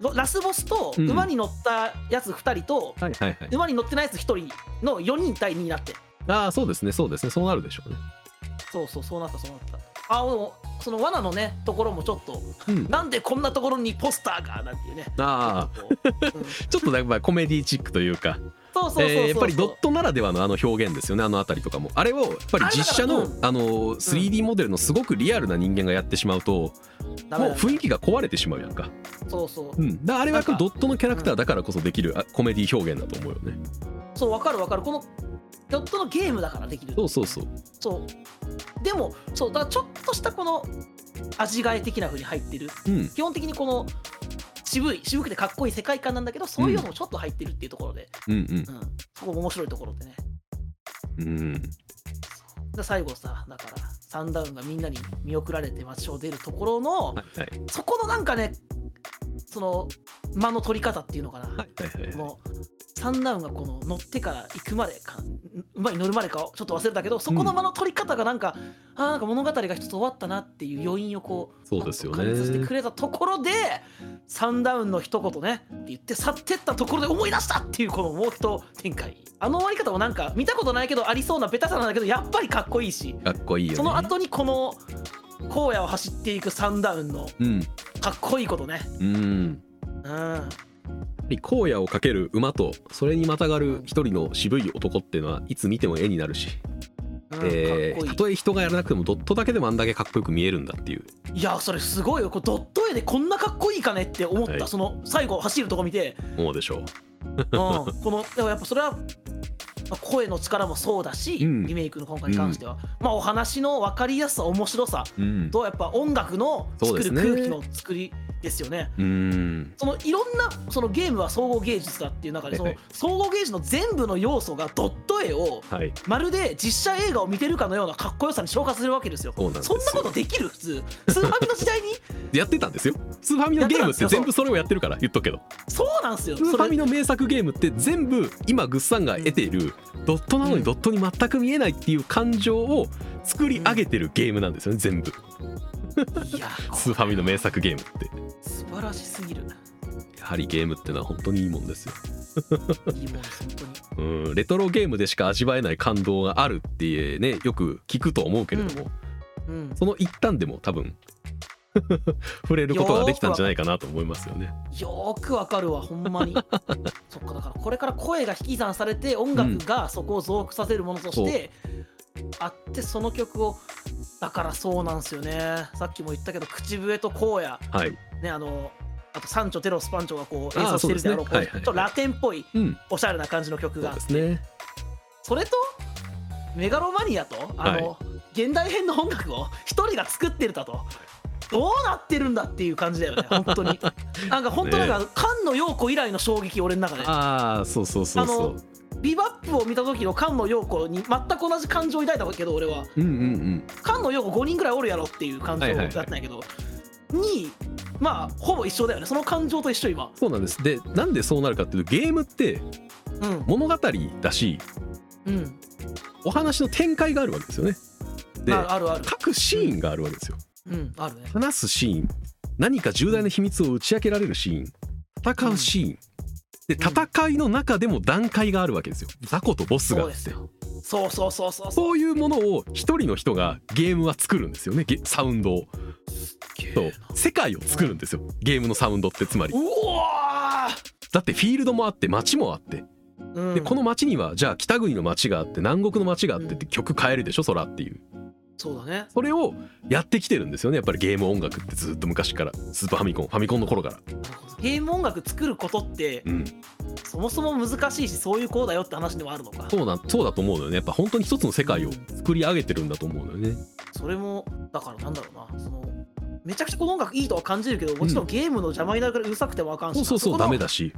ロラスボスと
うん
馬に乗ったやつ2人と、
はいはいはい
馬に乗ってないやつ1人の4人対2になって
ああそうですねそうですねそうなるでしょうね
そうそうそうなったそうなったあでもその罠のねところもちょっと
うん
なんでこんなところにポスターがなんていうね
あ
ちょっとこううん
あちょっとなんかコメディチックというか
そうそうそうそう
えーやっぱりドットならではのあの表現ですよねあの辺りとかもあれをやっぱり実写
あれだ
の
から
あの 3D モデルのすごくリアルな人間がやってしまうと
ダメ
もう
だ
雰囲気が壊れてしまうやんか
そうそう
うんだからあれはやっぱ
なんか
ドットのキャラクターだからこそできるあコメディ表現だと思うよね
そうわかるわかるこのドットのゲームだからできる
そうそうそう
そうでもそうだからちょっとしたこの味替え的な風に入ってる
うん
基本的にこの渋い渋くてかっこいい世界観なんだけどそういうのもちょっと入ってるっていうところで、
うん
うんそこも面白いところでね
うんうん
で最後さだからサンダウンがみんなに見送られて街を出るところの
はいはい
そこのなんかねその間の取り方っていうのかな、
はいはい
こ
はい
のサンダウンがこの乗ってから行くまでか馬に乗るまでかをちょっと忘れたけどそこの間の取り方がなんか、あーなんか物語が一つ終わったなっていう余韻をこう
そうですよね
感じさせてくれたところでサンダウンの一言ねって言って去ってったところで思い出したっていうこのもう一展開あの終わり方もなんか見たことないけどありそうなベタさなんだけどやっぱりかっこいいし
かっこいいよね
その後にこの荒野を走っていくサンダウンの
うん
かっこいいことね
うん
うん
やっぱり荒野をかける馬とそれにまたがる一人の渋い男っていうのはいつ見ても絵になるし、
うん
え
かっこ
ー
いい
たとえ人がやらなくてもドットだけでもあんだけかっこよく見えるんだっていう
いやそれすごいよこれドット絵でこんなかっこいいかねって思った、
はい
その最後走るとこ見 て、
ものでしょ
うん、このでもやっぱそれはまあ声の力もそうだし、
うん
リメイクの今回に関しては、まあお話の分かりやすさ面白さ
う。うん、
とやっぱ音楽の
そう
作
です
る
ね
空気の作りですよね。
うん
そのいろんなそのゲームは総合芸術だっていう中でそ
は
の
いは
総合芸術の全部の要素がドット絵を
はい
まるで実写映画を見てるかのようなかっこよさに昇華するわけですよ。
そうなんです
そ
よ
んなことできる普通スーファミの時代に
やってたんですよスーファミのゲームって
やってたんですよ
全部それをやってるから言っとくけど
そうなんですよ。
スーフ
そ
ァ
れ
ミの名作ゲームって全部今グッサンが得ているドットなの
うん
にドットに全く見えないっていう感情を作り上げてるゲームなんですよね全部
いや
スーファミの名作ゲームって
素晴らしすぎる
やはりゲームってのは本当にいいもんですよ
いいもんです本当に
うん、レトロゲームでしか味わえない感動があるってねよく聞くと思うけれども、
うん
その一端でも多分 触れることができたんじゃないかなと思いますよね。
よーくわかるわほん まにそっかだからこれから声が引き算されて音楽がそこを増幅させるものとして、あってその曲をだからそうなんですよねさっきも言ったけど口笛と荒
はい、
野ねあのあとサンチョテロスパンチョがこう
あー
演奏してるであろう
そうですねはいは
こう
いはい
ちょっとラテンっぽい
うん、
おしゃれな感じの曲
そう
が
ですね。
それとメガロマニアとあの、
は
現代編の音楽を一人が作ってるだとどうなってるんだっていう感じだよね本当 になんか本当なんか菅野陽子以来の衝撃俺の中で
ああ、そうそうそうそう。
ビバップを見た時の菅野陽子に全く同じ感情を抱いたけど俺は
うんうんうん。
菅野陽子5人ぐらいおるやろっていう感情だったんやけど、にまあほぼ一緒だよねその感情と一緒今
そうなんです。で、なんでそうなるかっていうと、ゲームって
うん
物語だし、
うん
お話の展開があるわけですよね。で、
ああるある
各シーンがあるわけですよ。
うんあるね
話すシーン、何か重大な秘密を打ち明けられるシーン、戦うシーン、で戦いの中でも段階があるわけですよ雑魚とボスが
そ
あ
うで
っ
す
て
よそうそうそうそうそう
そういうものを一人の人がゲームは作るんですよねゲサウンドをそう世界を作るんですよゲームのサウンドってつまり
うわ
だってフィールドもあって街もあって
ー、うん
でこの街にはじゃあ北国の街があって南国の街があってって曲変えるでしょそらっていう
そうだね
それをやってきてるんですよねやっぱりゲーム音楽ってずっと昔からスーパーファミコンファミコンの頃から
ゲーム音楽作ることって
うん
そもそも難しいしそういうこうだよって話でもあるのか
そうだそうだと思うのよねやっぱ本当に一つの世界を作り上げてるんだと思うのよね
それもだからなんだろうなそのめちゃくちゃこの音楽いいとは感じるけどもちろんゲームの邪魔になるからうるさくてもあかんし
そ
な
うそうそ
こ
う
の
ダメだし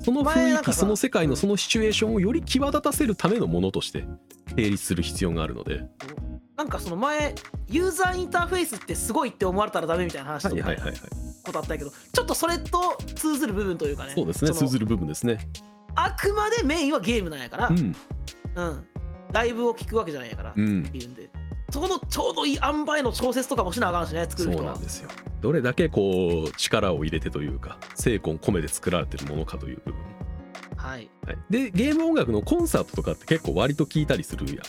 その雰囲気その世界のそのシチュエーションをより際立たせるためのものとして成立する必要があるので
なんかその前ユーザーインターフェースってすごいって思われたらダメみたいな話
は
と
い
か
はいはいはい
ことあったけどちょっとそれと通ずる部分というかね
そうですね
の
通ずる部分ですね
あくまでメインはゲームなんやから、
う
うん
ん
ライブを聞くわけじゃないやから、
うん
っていうんでそこのちょうどいい塩梅の調節とかもしなあかんしね作
そ
る
う
人
な
は
んですよどれだけこう力を入れてというか精魂込めて作られてるものかという部分、
はい
はい、でゲーム音楽のコンサートとかって結構割と聞いたりするやんか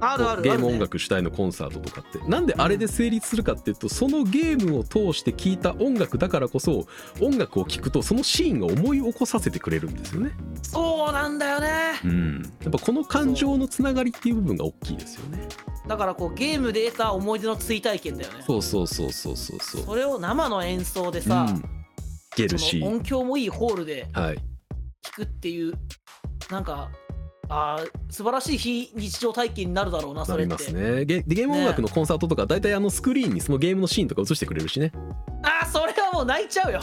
あるある
ゲーム
あるね
音楽主体のコンサートとかってなんであれで成立するかっていうとそのゲームを通して聴いた音楽だからこそ音楽を聴くとそのシーンが思い起こさせてくれるんですよね。
そうなんだよね
うん、やっぱこの感情のつながりっていう部分が大きいですよね。
だからこうゲームで得た思い出の追体験だよね
そうそうそうそうそうそう。
それを生の演奏でさ、
うん、ゲル
そ
シ
の
ー。
音響もいいホールで
はい。
聞くっていうなんかあー素晴らしい非日常体験になるだろうなそ
な
れっ
り
て
ますね。ゲでゲーム音楽のコンサートとか大体あのスクリーンにそのゲームのシーンとか映してくれるしね。
あーそれはもう泣いちゃうよ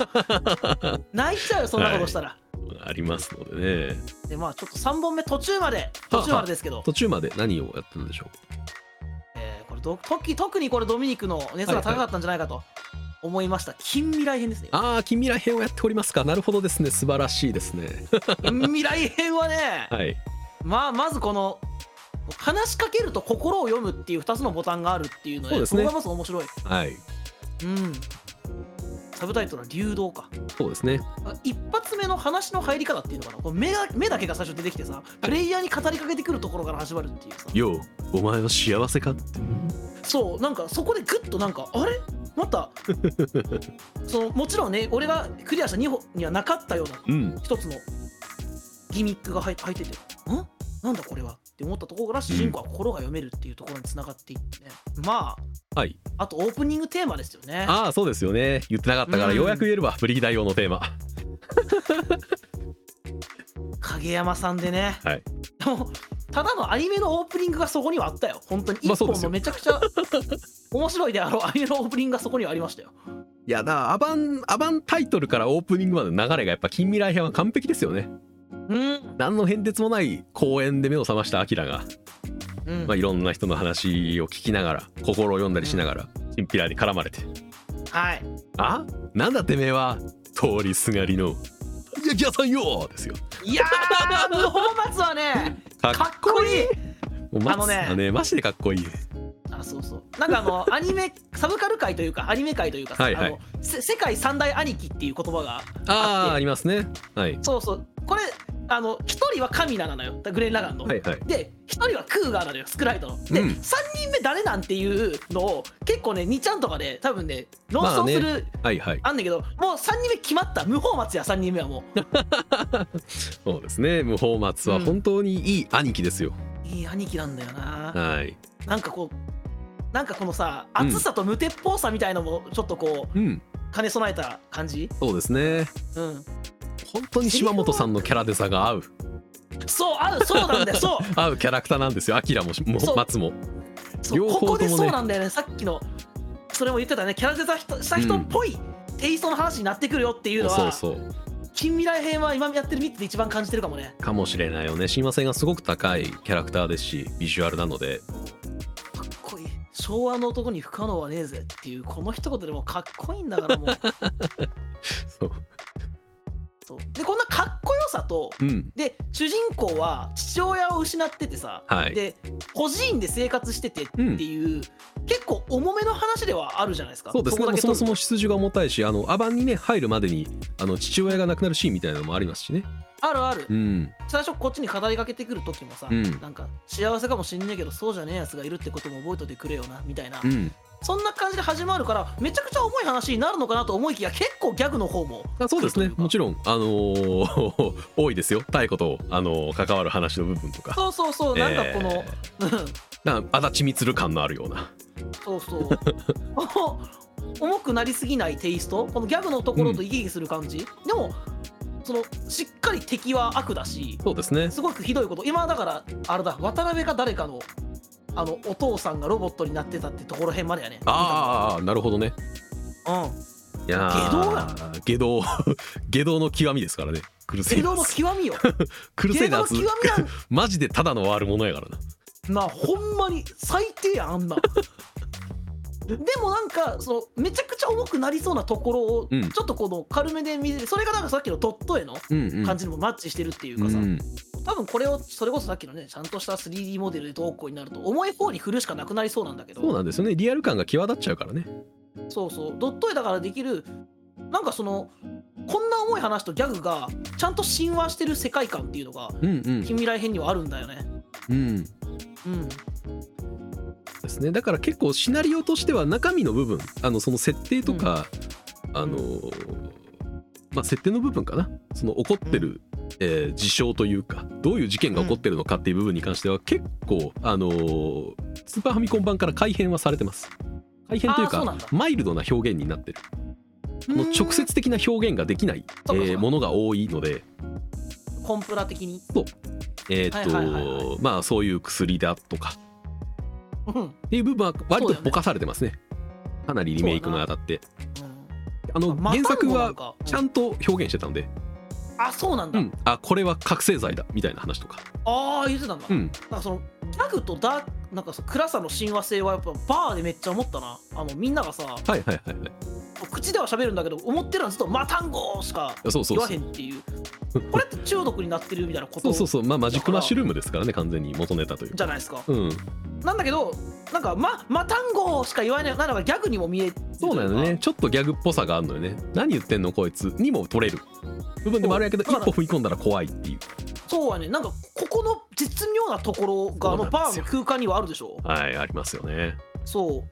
泣いちゃうよそんなことしたら、
ありますのでね。
でまあちょっと3本目途中まで途中までですけど、
途中まで何をやってるんでしょ
えーこれど特特にこれドミニクの熱が高かったんじゃないかと思いました、近未来編ですね
う。ああ近未来編をやっておりますか。なるほどですね。素晴らしいですね。
近未来編はね、
はい。
まあまずこの話しかけると心を読むっていう2つのボタンがあるっていうので
そうですね
ここがまず面白い
はい。
うんサブタイトルは流動か
そうですね。
一発目の話の入り方っていうのかなこう目が目だけが最初出てきてさプレイヤーに語りかけてくるところから始まるっていうさ
よう、お前は幸せかって。
そうなんかそこでグッとなんかあれ またそのもちろんね俺がクリアした2本にはなかったような
うん。
一つのギミックが入入っててんなんだこれはって思ったところから主人公は心が読めるっていうところにつながっていってね、ま
はい。
ああとオープニングテーマですよね
ああ、そうですよね。言ってなかったから、
うん
ようやく言えるわ。ブリキ大王のテーマ。
影山さんでね、
はい
でもただのアニメのオープニングがそこにはあったよ本当に
まあ
一
そうで
本
すよ
のめちゃくちゃ 面白いであろうアニメのオープニングがそこにはありましたよ
いや、だからアバン、アバンタイトルからオープニングまでの流れがやっぱ近未来編は完璧ですよね。
うん、
何の変哲もない公園で目を覚ましたアキラが、
うん
まあ、いろんな人の話を聞きながら、心を読んだりしながら、チンピラに絡まれて。
はい
あなんだてめえは、通りすがりの、焼き屋さんよですよ。
いやー無法松はね
か
かっこいい
もうマジ
あのね
だね、マジでかっこいい。
あそうそうなんかあの アニメサブカル界というかアニメ界というかさ、
はいはい
あのせ世界三大兄貴っていう言葉が
ああ、
あ
あ
って
りますね。はい。
そうそうこれあの一人は神ナなのよグレン・ラガンの、
はいはい。
で一人はクーガーなのよスクライトので、
うん
三人目誰なんていうのを結構ね二ちゃんとかで多分ね論
まあ
争
ね
する、あ
はいはい。
んだけどもう三人目決まった無法松や三人目はも
そうですね無法松は本当にいい兄貴ですよ、
ういい兄貴なんだよな、
はい
なんかこうなんかこのさ
うん
熱さと無鉄砲さみたいのもちょっとこう
うん
兼ね備えた感じ
そうですね
うん
本当に島本さんのキャラでさが合う
そうあるそうなんだよそう
合うキャラクターなんですよアキラもしも
そう
松も
そう
両方
ここで
とも
そ
ね
うなんだよねさっきのそれも言ってたねキャラデザした人っぽいテイストの話になってくるよっていうのは、
そうそう
近未来編は今やってる3つで一番感じてるかもね
かもしれないよね親和性がすごく高いキャラクターですしビジュアルなので
かっこいい昭和の男に不可能はねえぜっていうこの一言でもうかっこいいんだか らもう
そう
そうでこんなかっこよさと
うん
で主人公は父親を失っててさ、
はい
で孤児院で生活しててっていう、結構重めの話ではあるじゃないですか
そうですね
こ
も
だ
う
け
そ
撮
も
る
そも出自が重たいしあのアバンにね入るまでにあの父親が亡くなるシーンみたいなのもありますしね
あるある、
うん
最初こっちに語りかけてくる時もさ、
うん
なんか幸せかもしんねえけどそうじゃねえやつがいるってことも覚えといてくれよなみたいな、
うん
そんな感じで始まるからめちゃくちゃ重い話になるのかなと思いきや結構ギャグの方も
あそうですね
来るというか
もちろんあのー 多いですよ太子と、あのー関わる話の部分とか
そうそうそうなんかこの、うん
なんか足立満感のあるような
そうそう。 この重くなりすぎないテイスト、このギャグのところとイギギする感じ、でも、そのしっかり敵は悪だし、
そうですね
すごくひどいこと、今だから、あれだ、渡辺か誰かのあのお父さんがロボットになってたってところへんまでやね。
あーあーなるほどね
あ、うん。
いやー下道 下道の極みですからねクルセ
下
イダ
道 の
ーズ
極みよ。
クルセ
下
イ
道
ダ
の
ーズ
極みなん
マジでただの悪者やからな
まあほんまに最低やんあんなでもなんかそのめちゃくちゃ重くなりそうなところを
うん
ちょっとこの軽めで見れる、それがなんかさっきのトットへの
うんうん
感じにもマッチしてるっていう
う
かさ、
ん
多分これをそれこそさっきのねちゃんとした 3D モデルでどうこうになると重い方に振るしかなくなりそうなんだけど
そうなんですよねリアル感が際立っちゃうからね
そうそうドット絵だからできるなんかそのこんな重い話とギャグがちゃんと親和してる世界観っていうのが
うんうん
近未来編にはあるんだよね
うん
うん
ですねだから結構シナリオとしては中身の部分あのその設定とか、あのーまあ設定の部分かなその起こってる、えー事象というかどういう事件が起こってるのかっていう部分に関しては結構あのースーパーファミコン版から改変はされてます改変という
あーそ
か
うなんだ
マイルドな表現になってるあの
うん
直接的な表現ができない、え
そうかそ
ー
うか
ものが多いので
コンプラ的に
えーっ
はいはいはいは
とまあそういう薬だとか
うん、うん
っていう部分は割とぼかされてますねかなりリメイク
そう
が当
だ
たってあの
また
原作
な
は
んか
ちゃんと表現してたので、
あそうなん
う
だ、
ん、あこれは覚醒剤だみたいな話とか、
ああ言ってたんだ、
うん、
なんかそのギャグとダなんかその暗さの親和性はやっぱバーでめっちゃ思ったなあのみんながさ
はいはいはいはい
口では喋るんだけど思ってるのはずっと「マタンゴー」しか
そうそ
言
う
わ
そ
へ
うん
っていうこれって中毒になってるみたいなこ
そ
と
うそう
じ
そうまあマジックマッシュルームですからね完全に元ネタというか
ゃないですか
うん
なんだけどなんか「ま、マタンゴー」しか言わないなのがギャグにも見えるといか
そうなのねちょっとギャグっぽさがあるのよね何言ってんのこいつにも取れる部分でもあるんやけど
そう
一歩踏み込んだら怖いっていう
そうはねなんかここの絶妙なところが
そ
あ
う
の
なん
バ
です
ー
よ
の空間にはあるでしょ
はいありますよね
そう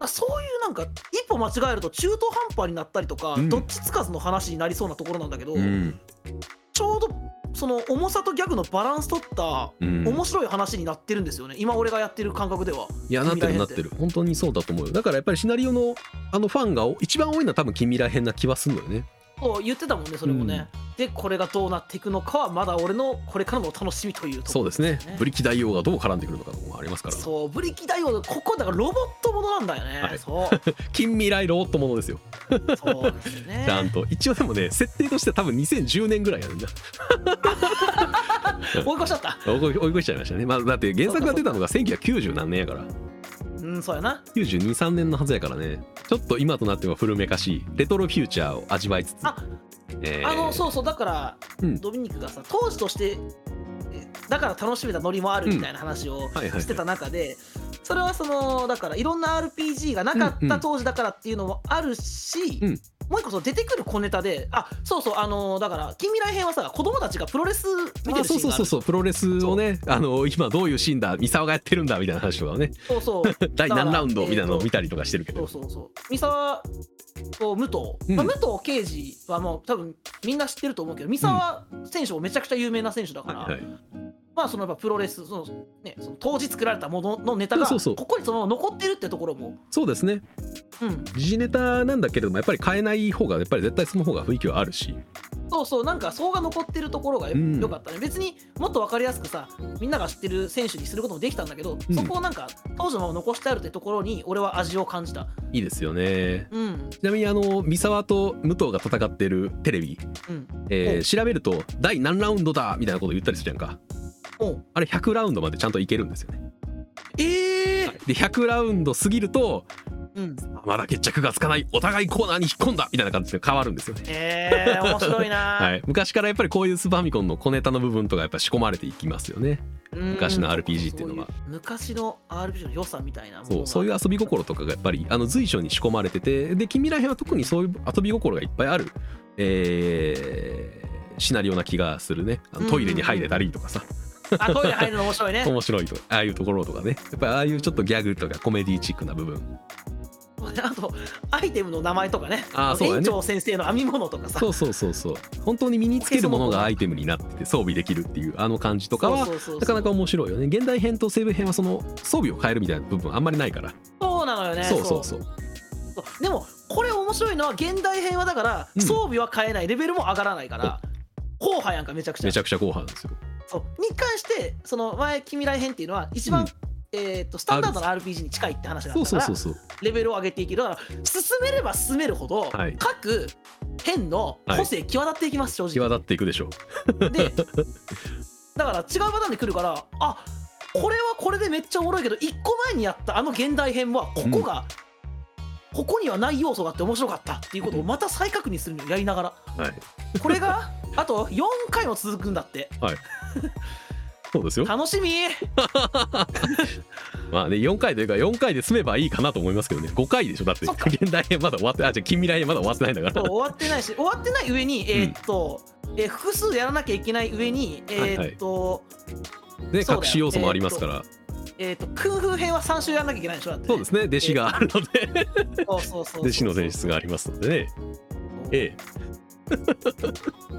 あそういうなんか一歩間違えると中途半端になったりとか、
うん
どっちつかずの話になりそうなところなんだけど、
うん、
ちょうどその重さとギャグのバランス取った
うん、
面白い話になってるんですよね今俺がやってる感覚ではい
やなってる
近未来編
なってる本当にそうだと思うよだからやっぱりシナリオのあのファンが一番多いのは多分近未来編な気はするのよね
そう言ってたもんねそれもね、でこれがどうなっていくのかはまだ俺のこれからのお楽しみというとこ
そう
ろ
ですね
ですね
ブリキ大王がどう絡んでくるのかとかもありますから
そうブリキ大王ここだからロボットものなんだよね、
はい
そう
近未来ロボットものですよ
そうです ね
ちゃんと一応でもね設定としては多分2010年ぐらいやるんだ
追い越しちゃった
追い追い越しちゃいましたね、まあ、だって原作が出たのが1990何年やから
うんそうやな
923年のはずやからねちょっと今となっては古めかしいレトロフューチャーを味わいつつ
あ
えー
あのそうそうだから、
うん
ドミニクがさ当時としてえだから楽しめたノリもあるみたいな話を
はいはい
してた中で、それはそのだからいろんな RPG がなか
う
っ
んう
た
ん
当時だからっていうのもあるし、
うん
もう一個その出てくる小ネタであそうそうあのだから近未来編はさ子供たちがプロレス見て
あ
るシ
そうそう
ーンが
そう
ある
そうプロレスをねあの今どういうシーンだ三沢がやってるんだみたいな話とかをね
そうそう
第
だか
何
ら
ラウンドみたいなのを
えーと
見たりとかしてるけ
そう
ど、
そうそう三沢と武藤、
うん
まあ、武藤刑事はもう多分みんな知ってると思うけど三沢選手もめちゃくちゃ有名な選手だから、
はいはい、
まあそのやっぱプロレスその、ね、その当時作られたもののネタが
そうそう
ここにそのまま残ってるってところも、
そうですね
うん、
時事ネタなんだけれどもやっぱり変えない方がやっぱり絶対その方が雰囲気はあるし
そうそうなんかそうが残ってるところがよ
うん
よかったね、別にもっと分かりやすくさみんなが知ってる選手にすることもできたんだけど、
うん
そこをなんか当時のまま残してあるってところに俺は味を感じた
いいですよね
うん
ちなみにあの三沢と武藤が戦ってるテレビ、
うん
えー
おう
調べると第何ラウンドだみたいなこと言ったりするやんか
おう
あれ100ラウンドまでちゃんといけるんですよね
ええー
で100ラウンド過ぎると
うん。
まだ決着がつかないお互いコーナーに引っ込んだみたいな感じで変わるんですよね。
えー、面白いな、
はい、昔からやっぱりこういうスーパーファミコンの小ネタの部分とかやっぱ仕込まれていきますよね。
うん
昔の RPG っていうのは
そ昔の RPG の良さみたいなもの
そうそういう遊び心とかがやっぱりあの随所に仕込まれててで君らへんは特にそういう遊び心がいっぱいある、えーシナリオな気がするねあのトイレに入れたりとかさ、
あトイレ入るの面白い ね
面白いとかああいうところとかねやっぱりああいうちょっとギャグとかコメディチックな部分
あとアイテムの名前とかね
あーそうだね
園長先生の編み物とかさ
そうそうそうそう本当に身につけるものがアイテムになってて装備できるっていうあの感じとかは
そうそうそう
なかなか面白いよね現代編と西部編はその装備を変えるみたいな部分あんまりないから、
そうなのよね
そうそうそう
そうでもこれ面白いのは現代編はだから、
うん
装備は変えないレベルも上がらないから硬派やんかめちゃくちゃ
めちゃくちゃ後半ですよ
そうに関してその前君ら編っていうのは一番、
うん
えー、とスタンダードな RPG に近いって話だった
そ
か
う
ら
そうそうそう
レベルを上げていけるだから進めれば進めるほど、
はい
各編の個性際立っていきます、正
際
直
立っていくでしょう
でだから違うパターンで来るからあこれはこれでめっちゃおもろいけど1個前にやったあの現代編はここが、ここにはない要素があって面白かったっていうことをまた再確認するのよやりながら
はい
これがあと4回も続くんだって
そうですよ
楽しみ
まあね4回というか4回で済めばいいかなと思いますけどね5回でしょだって
そっか
現代編まだ終わってあじゃあ近未来編まだ終わってないんだか
そう
ら
終わって ないし終わってない上にえーっと、えー複数やらなきゃいけない上にえ
はいはい
ーっと、
ね
そうだよ
隠し要素もありますから、
えーっと空風編は3週やらなきゃいけないでしょだってね、
そうですね弟子があるので
そうそうそうそう
弟子の選出がありますのでねええ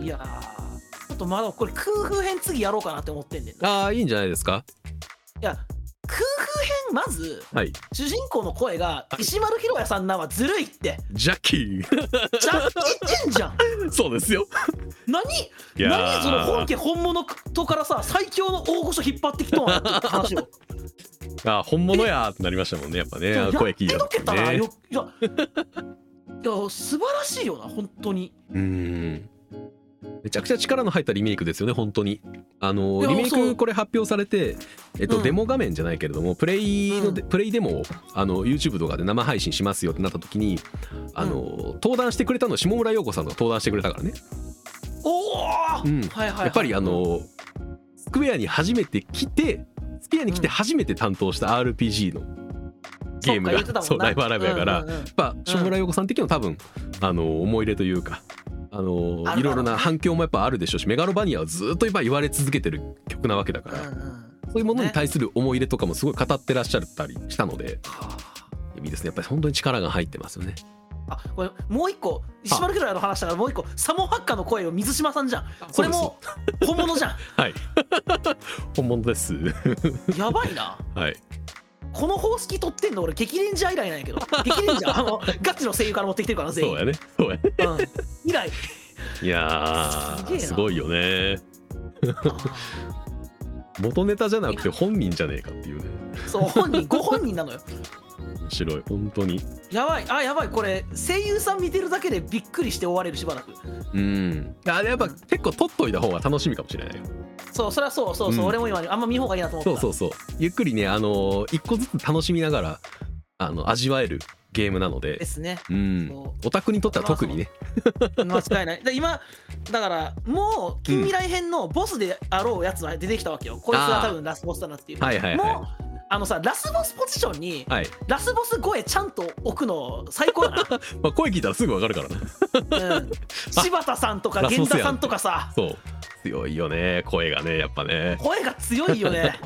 いやーちょっとまだこれ空風編次やろうかなって思ってんねんな
ああいいんじゃないですか
いや空風編まず
はい
主人公の声が石丸ひろやさんなんはずるいって
ジャッキー
ジャッキってんじゃん
そうですよ
何
いやー
何その本家本物とからさ最強の大御所引っ張ってきとんやって 話を
あー本物やーってなりましたもんねやっぱね
や
あ
っ
の声聞い
て
た
のけ
時
たな、
ね
よいやいや素晴らしいよな本当に
うんめちゃくちゃ力の入ったリメイクですよね本当にあの
いや
リメイ
そう
クこれ発表されて、えっと
うん
デモ画面じゃないけれどもプレイので、
う
プレイデモをあの YouTube とかで生配信しますよってなった時にあの、登壇してくれたの下村陽子さんが登壇してくれたからね、
おお、
うん
はいはいはい
やっぱりあのスクエアに初めて来てスクエアに来て
うん
初めて担当した RPG のゲームが
そっか言ってたもんな
そうライブアライブやから、
うんうんうん
やっぱ下村陽子さん的には多分、あの思い入れというかあの
あるだろうね
いろいろな反響もやっぱあるでしょうしメガロバニアはずっと今言われ続けてる曲なわけだから、
うんうん
そういうものに対する思い入れとかもすごい語ってらっしゃったりしたのでいいですねやっぱり本当に力が入ってますよね
あこれもう一個石丸ひろやの話だからもう一個サモンハッカーの声を水島さんじゃんこれも本物じゃ
はい、本物です
んやばいな
はい
この方式取ってんの俺激レンジャー以来なんやけど激レンジャーあのガチの声優から持ってきてるからな全
そう
員
やねそうやね
うん以来
いや
すげえ
ー
な
すごいよね
あー
元ネタじゃなくて本人じゃねえかっていうね
そう本人ご本人なのよ
面白い本当に
やばいあやばいこれ声優さん見てるだけでびっくりして終われるしばらく
うんあれやっぱ結構取っといた方が楽しみかもしれないよ
そうそれはそうそうそう、
うん
俺も今あんま見ん方がいいなと思った
そうそうそうゆっくりねあの一個ずつ楽しみながらあの味わえるゲームなの
で
です
ね
うん
そ
オタクにとっては特にね
間違いないで今だからもう近未来編のボスであろうやつは出てきたわけよ、こいつは多分ラスボスだなっていう
はいはい
もう
は
あのさラスボスポジションに
いはい、
ラスボス声ちゃんと置くの最高 だ
まあ、声聞いたらすぐわかるからな
な、うん、柴田さんとか
ラスボ
源
スやん
田さんとかさ
そう強いよね声がねやっぱね
声が強い よね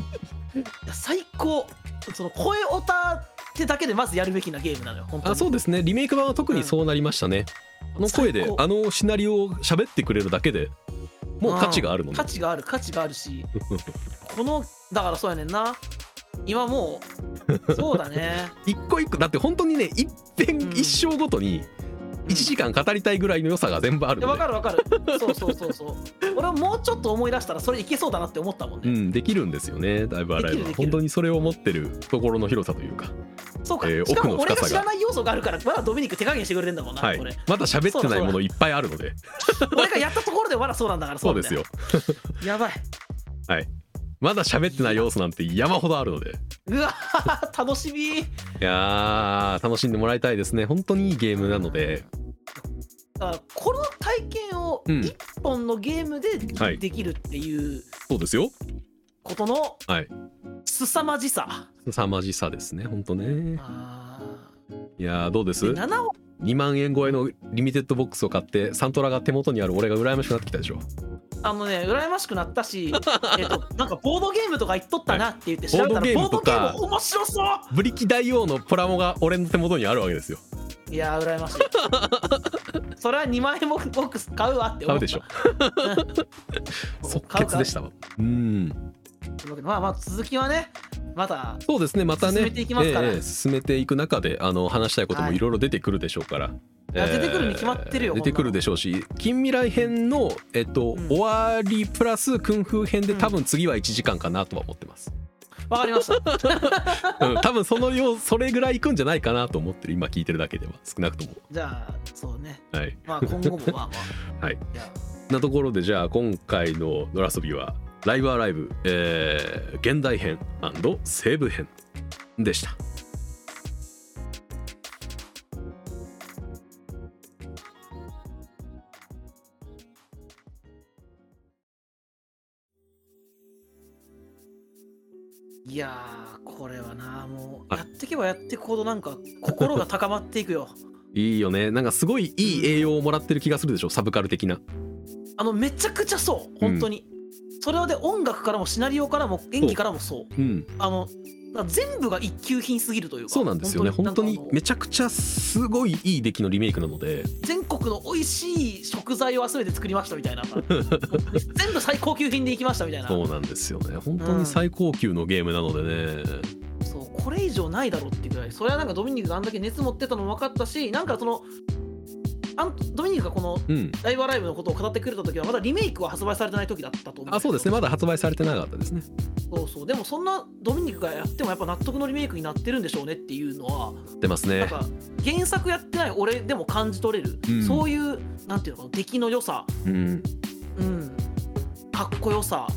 いや最高その声オタってだけでまずやるべきなゲームなのよ本当に
あそうですねリメイク版は特にそうなりましたね、あの声で
最高
あのシナリオを喋ってくれるだけでもう価値があるの
ん
ね
価値がある価値があるしこのだからそうやねんな今も うそうだね
一個一個だって本当にね一遍
うん
一生ごとに1時間語りたいぐらいの良さが全部ある
いや
の
わ
で、
かるわかる そうそうそうそう俺はもうちょっと思い出したらそれいけそうだなって思ったもん
う
ね、
ん、できるんですよねだいぶ洗え
できる
ば
できる
本当にそれを持ってるところの広さというか
そうか、
えー
しかも
奥の
俺
深さが
が知らない要素があるからまだドミニク手加減してくれてんだもんな、
はい
これ、
まだ喋ってないものいっぱいあるので
俺がやったところでまだそうなんだか ら
そう
な
で
んだ
すよ
やばい
まだ喋ってない要素なんて山ほどあるので
うわー楽しみ
いやー楽しんでもらいたいですね本当にいいゲームなので
だからこの体験を
うん
一本のゲームで
はい
できるっていう
そうですよ
ことの
はい
凄まじさ、
凄まじさですね本当ね
あ
いやーどうです
ーで7億
2万円超えのリミテッドボックスを買ってサントラが手元にある俺が羨ましくなってきたでしょ
あのね羨ましくなった しえっとなんかボードゲームとか言っとったなって言って調べた
ボード
ら、
ゲー
ボ
ム
ード
と
ゲ
か
ーム面白そう
ブリキ大王のプラモが俺の手元にあるわけですよ
いやー 羨ましいそれは2万円ボックス買うわって
買
思
う
った
でしょ即
買う
決
か
でしたわうん
というわけでまあまあ続きはねまた
そうですねまたね
進めていきますから
ええええ進めていく中であの話したいこともいろいろ出てくるでしょうから、
や出てくるに決まってるよ
出てくるでしょうし近未来編の、えっと
うん
終わりプラス訓風編で
うん
多分次は1時間かなとは思ってます、
わかりま した
うん、多分その量それぐらいいくんじゃないかなと思ってる今聞いてるだけでは少なくとも
じゃあそうね
はい
まあ今後もまあま あ
はい
や
なところでじゃあ今回の「ドラ遊び」は「ライブアライブ、えー現代編西部編」でした。
いやーこれはなもう
はい
やってけばやってくほどなんか心が高まっていくよ
いいよねなんかすごいいい栄養をもらってる気がするでしょサブカル的な
あのめちゃくちゃそう本当に、それはで音楽からもシナリオからも演技からもそ
う
う
ん
あのだから全部が一級品すぎるというか
そうなんですよね本当に
なんかあの
めちゃくちゃすごいいい出来のリメイクなので
全国の美味しい食材を集めて作りましたみ たいな全部最高級品でいきましたみたいな
そうなんですよね本当に最高級のゲームなのでね、
そうこれ以上ないだろうってぐらいそれはなんかドミニクがあんだけ熱持ってたのも分かったしなんかそのあんドミニクがこの
うん
ライブアライブのことを語ってくれた時はまだリメイクは発売されてない時だったと思うん
あそうですね
ま
まだ発売されてなかったですね
そうそうでもそんなドミニクがやってもやっぱ納得のリメイクになってるんでしょうねっていうのは
やってます
なん
ね
か原作やってない俺でも感じ取れる、
うん
そういうなんていうのかな出来の良さ、
うん
うん、かっこよさ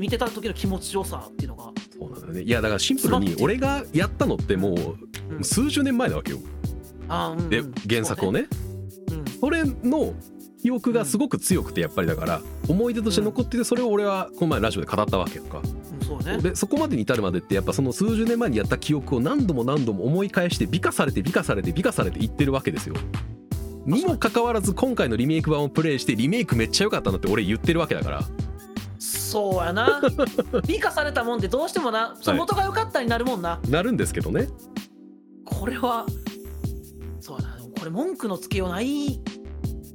見てた時の気持ちよさっていうのが、
そうなんだねいやだからシンプルに俺がやったのっても
うん
う数十年前なわけよ
あーうん
で
うん
原作をね
そうね
それの記憶がすごく強くてやっぱりだから思い出として残っててそれを俺はこの前ラジオで語ったわけとか
うんうんそうね
でそこまでに至るまでってやっぱその数十年前にやった記憶を何度も何度も思い返して美化されて美化されて美化されていってるわけですよ。にもかかわらず今回のリメイク版をプレイしてリメイクめっちゃ良かったのって俺言ってるわけだから
そう やな美化されたもんでどうしてもなその元が良かったになるもんな、
なるんですけどね
これはそうやなでもこれ文句のつけようない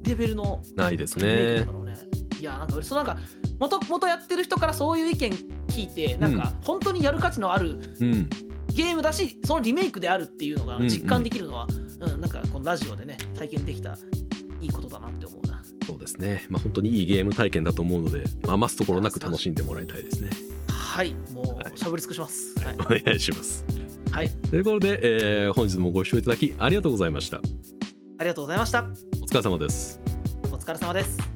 レベルの
ないです
リメイク
ね
だ。ろうねいやなんかそうなんか元元やってる人からそういう意見聞いてなんか本当にやる価値のある
うん、
ゲームだしそのリメイクであるっていうのが
うんうん
実感できるのは、うんなんかこのラジオでね体験できたいいことだなって思うな
そうですね、まあ、本当にいいゲーム体験だと思うので余すところなく楽しんでもらいたいですね。
はいも
はいう
しゃぶり尽くしますはい、
お願いします。
はい、
ということで、えー本日もご視聴いただきありがとうございました。
ありがとうございました
お疲れ様です。
お疲れ様です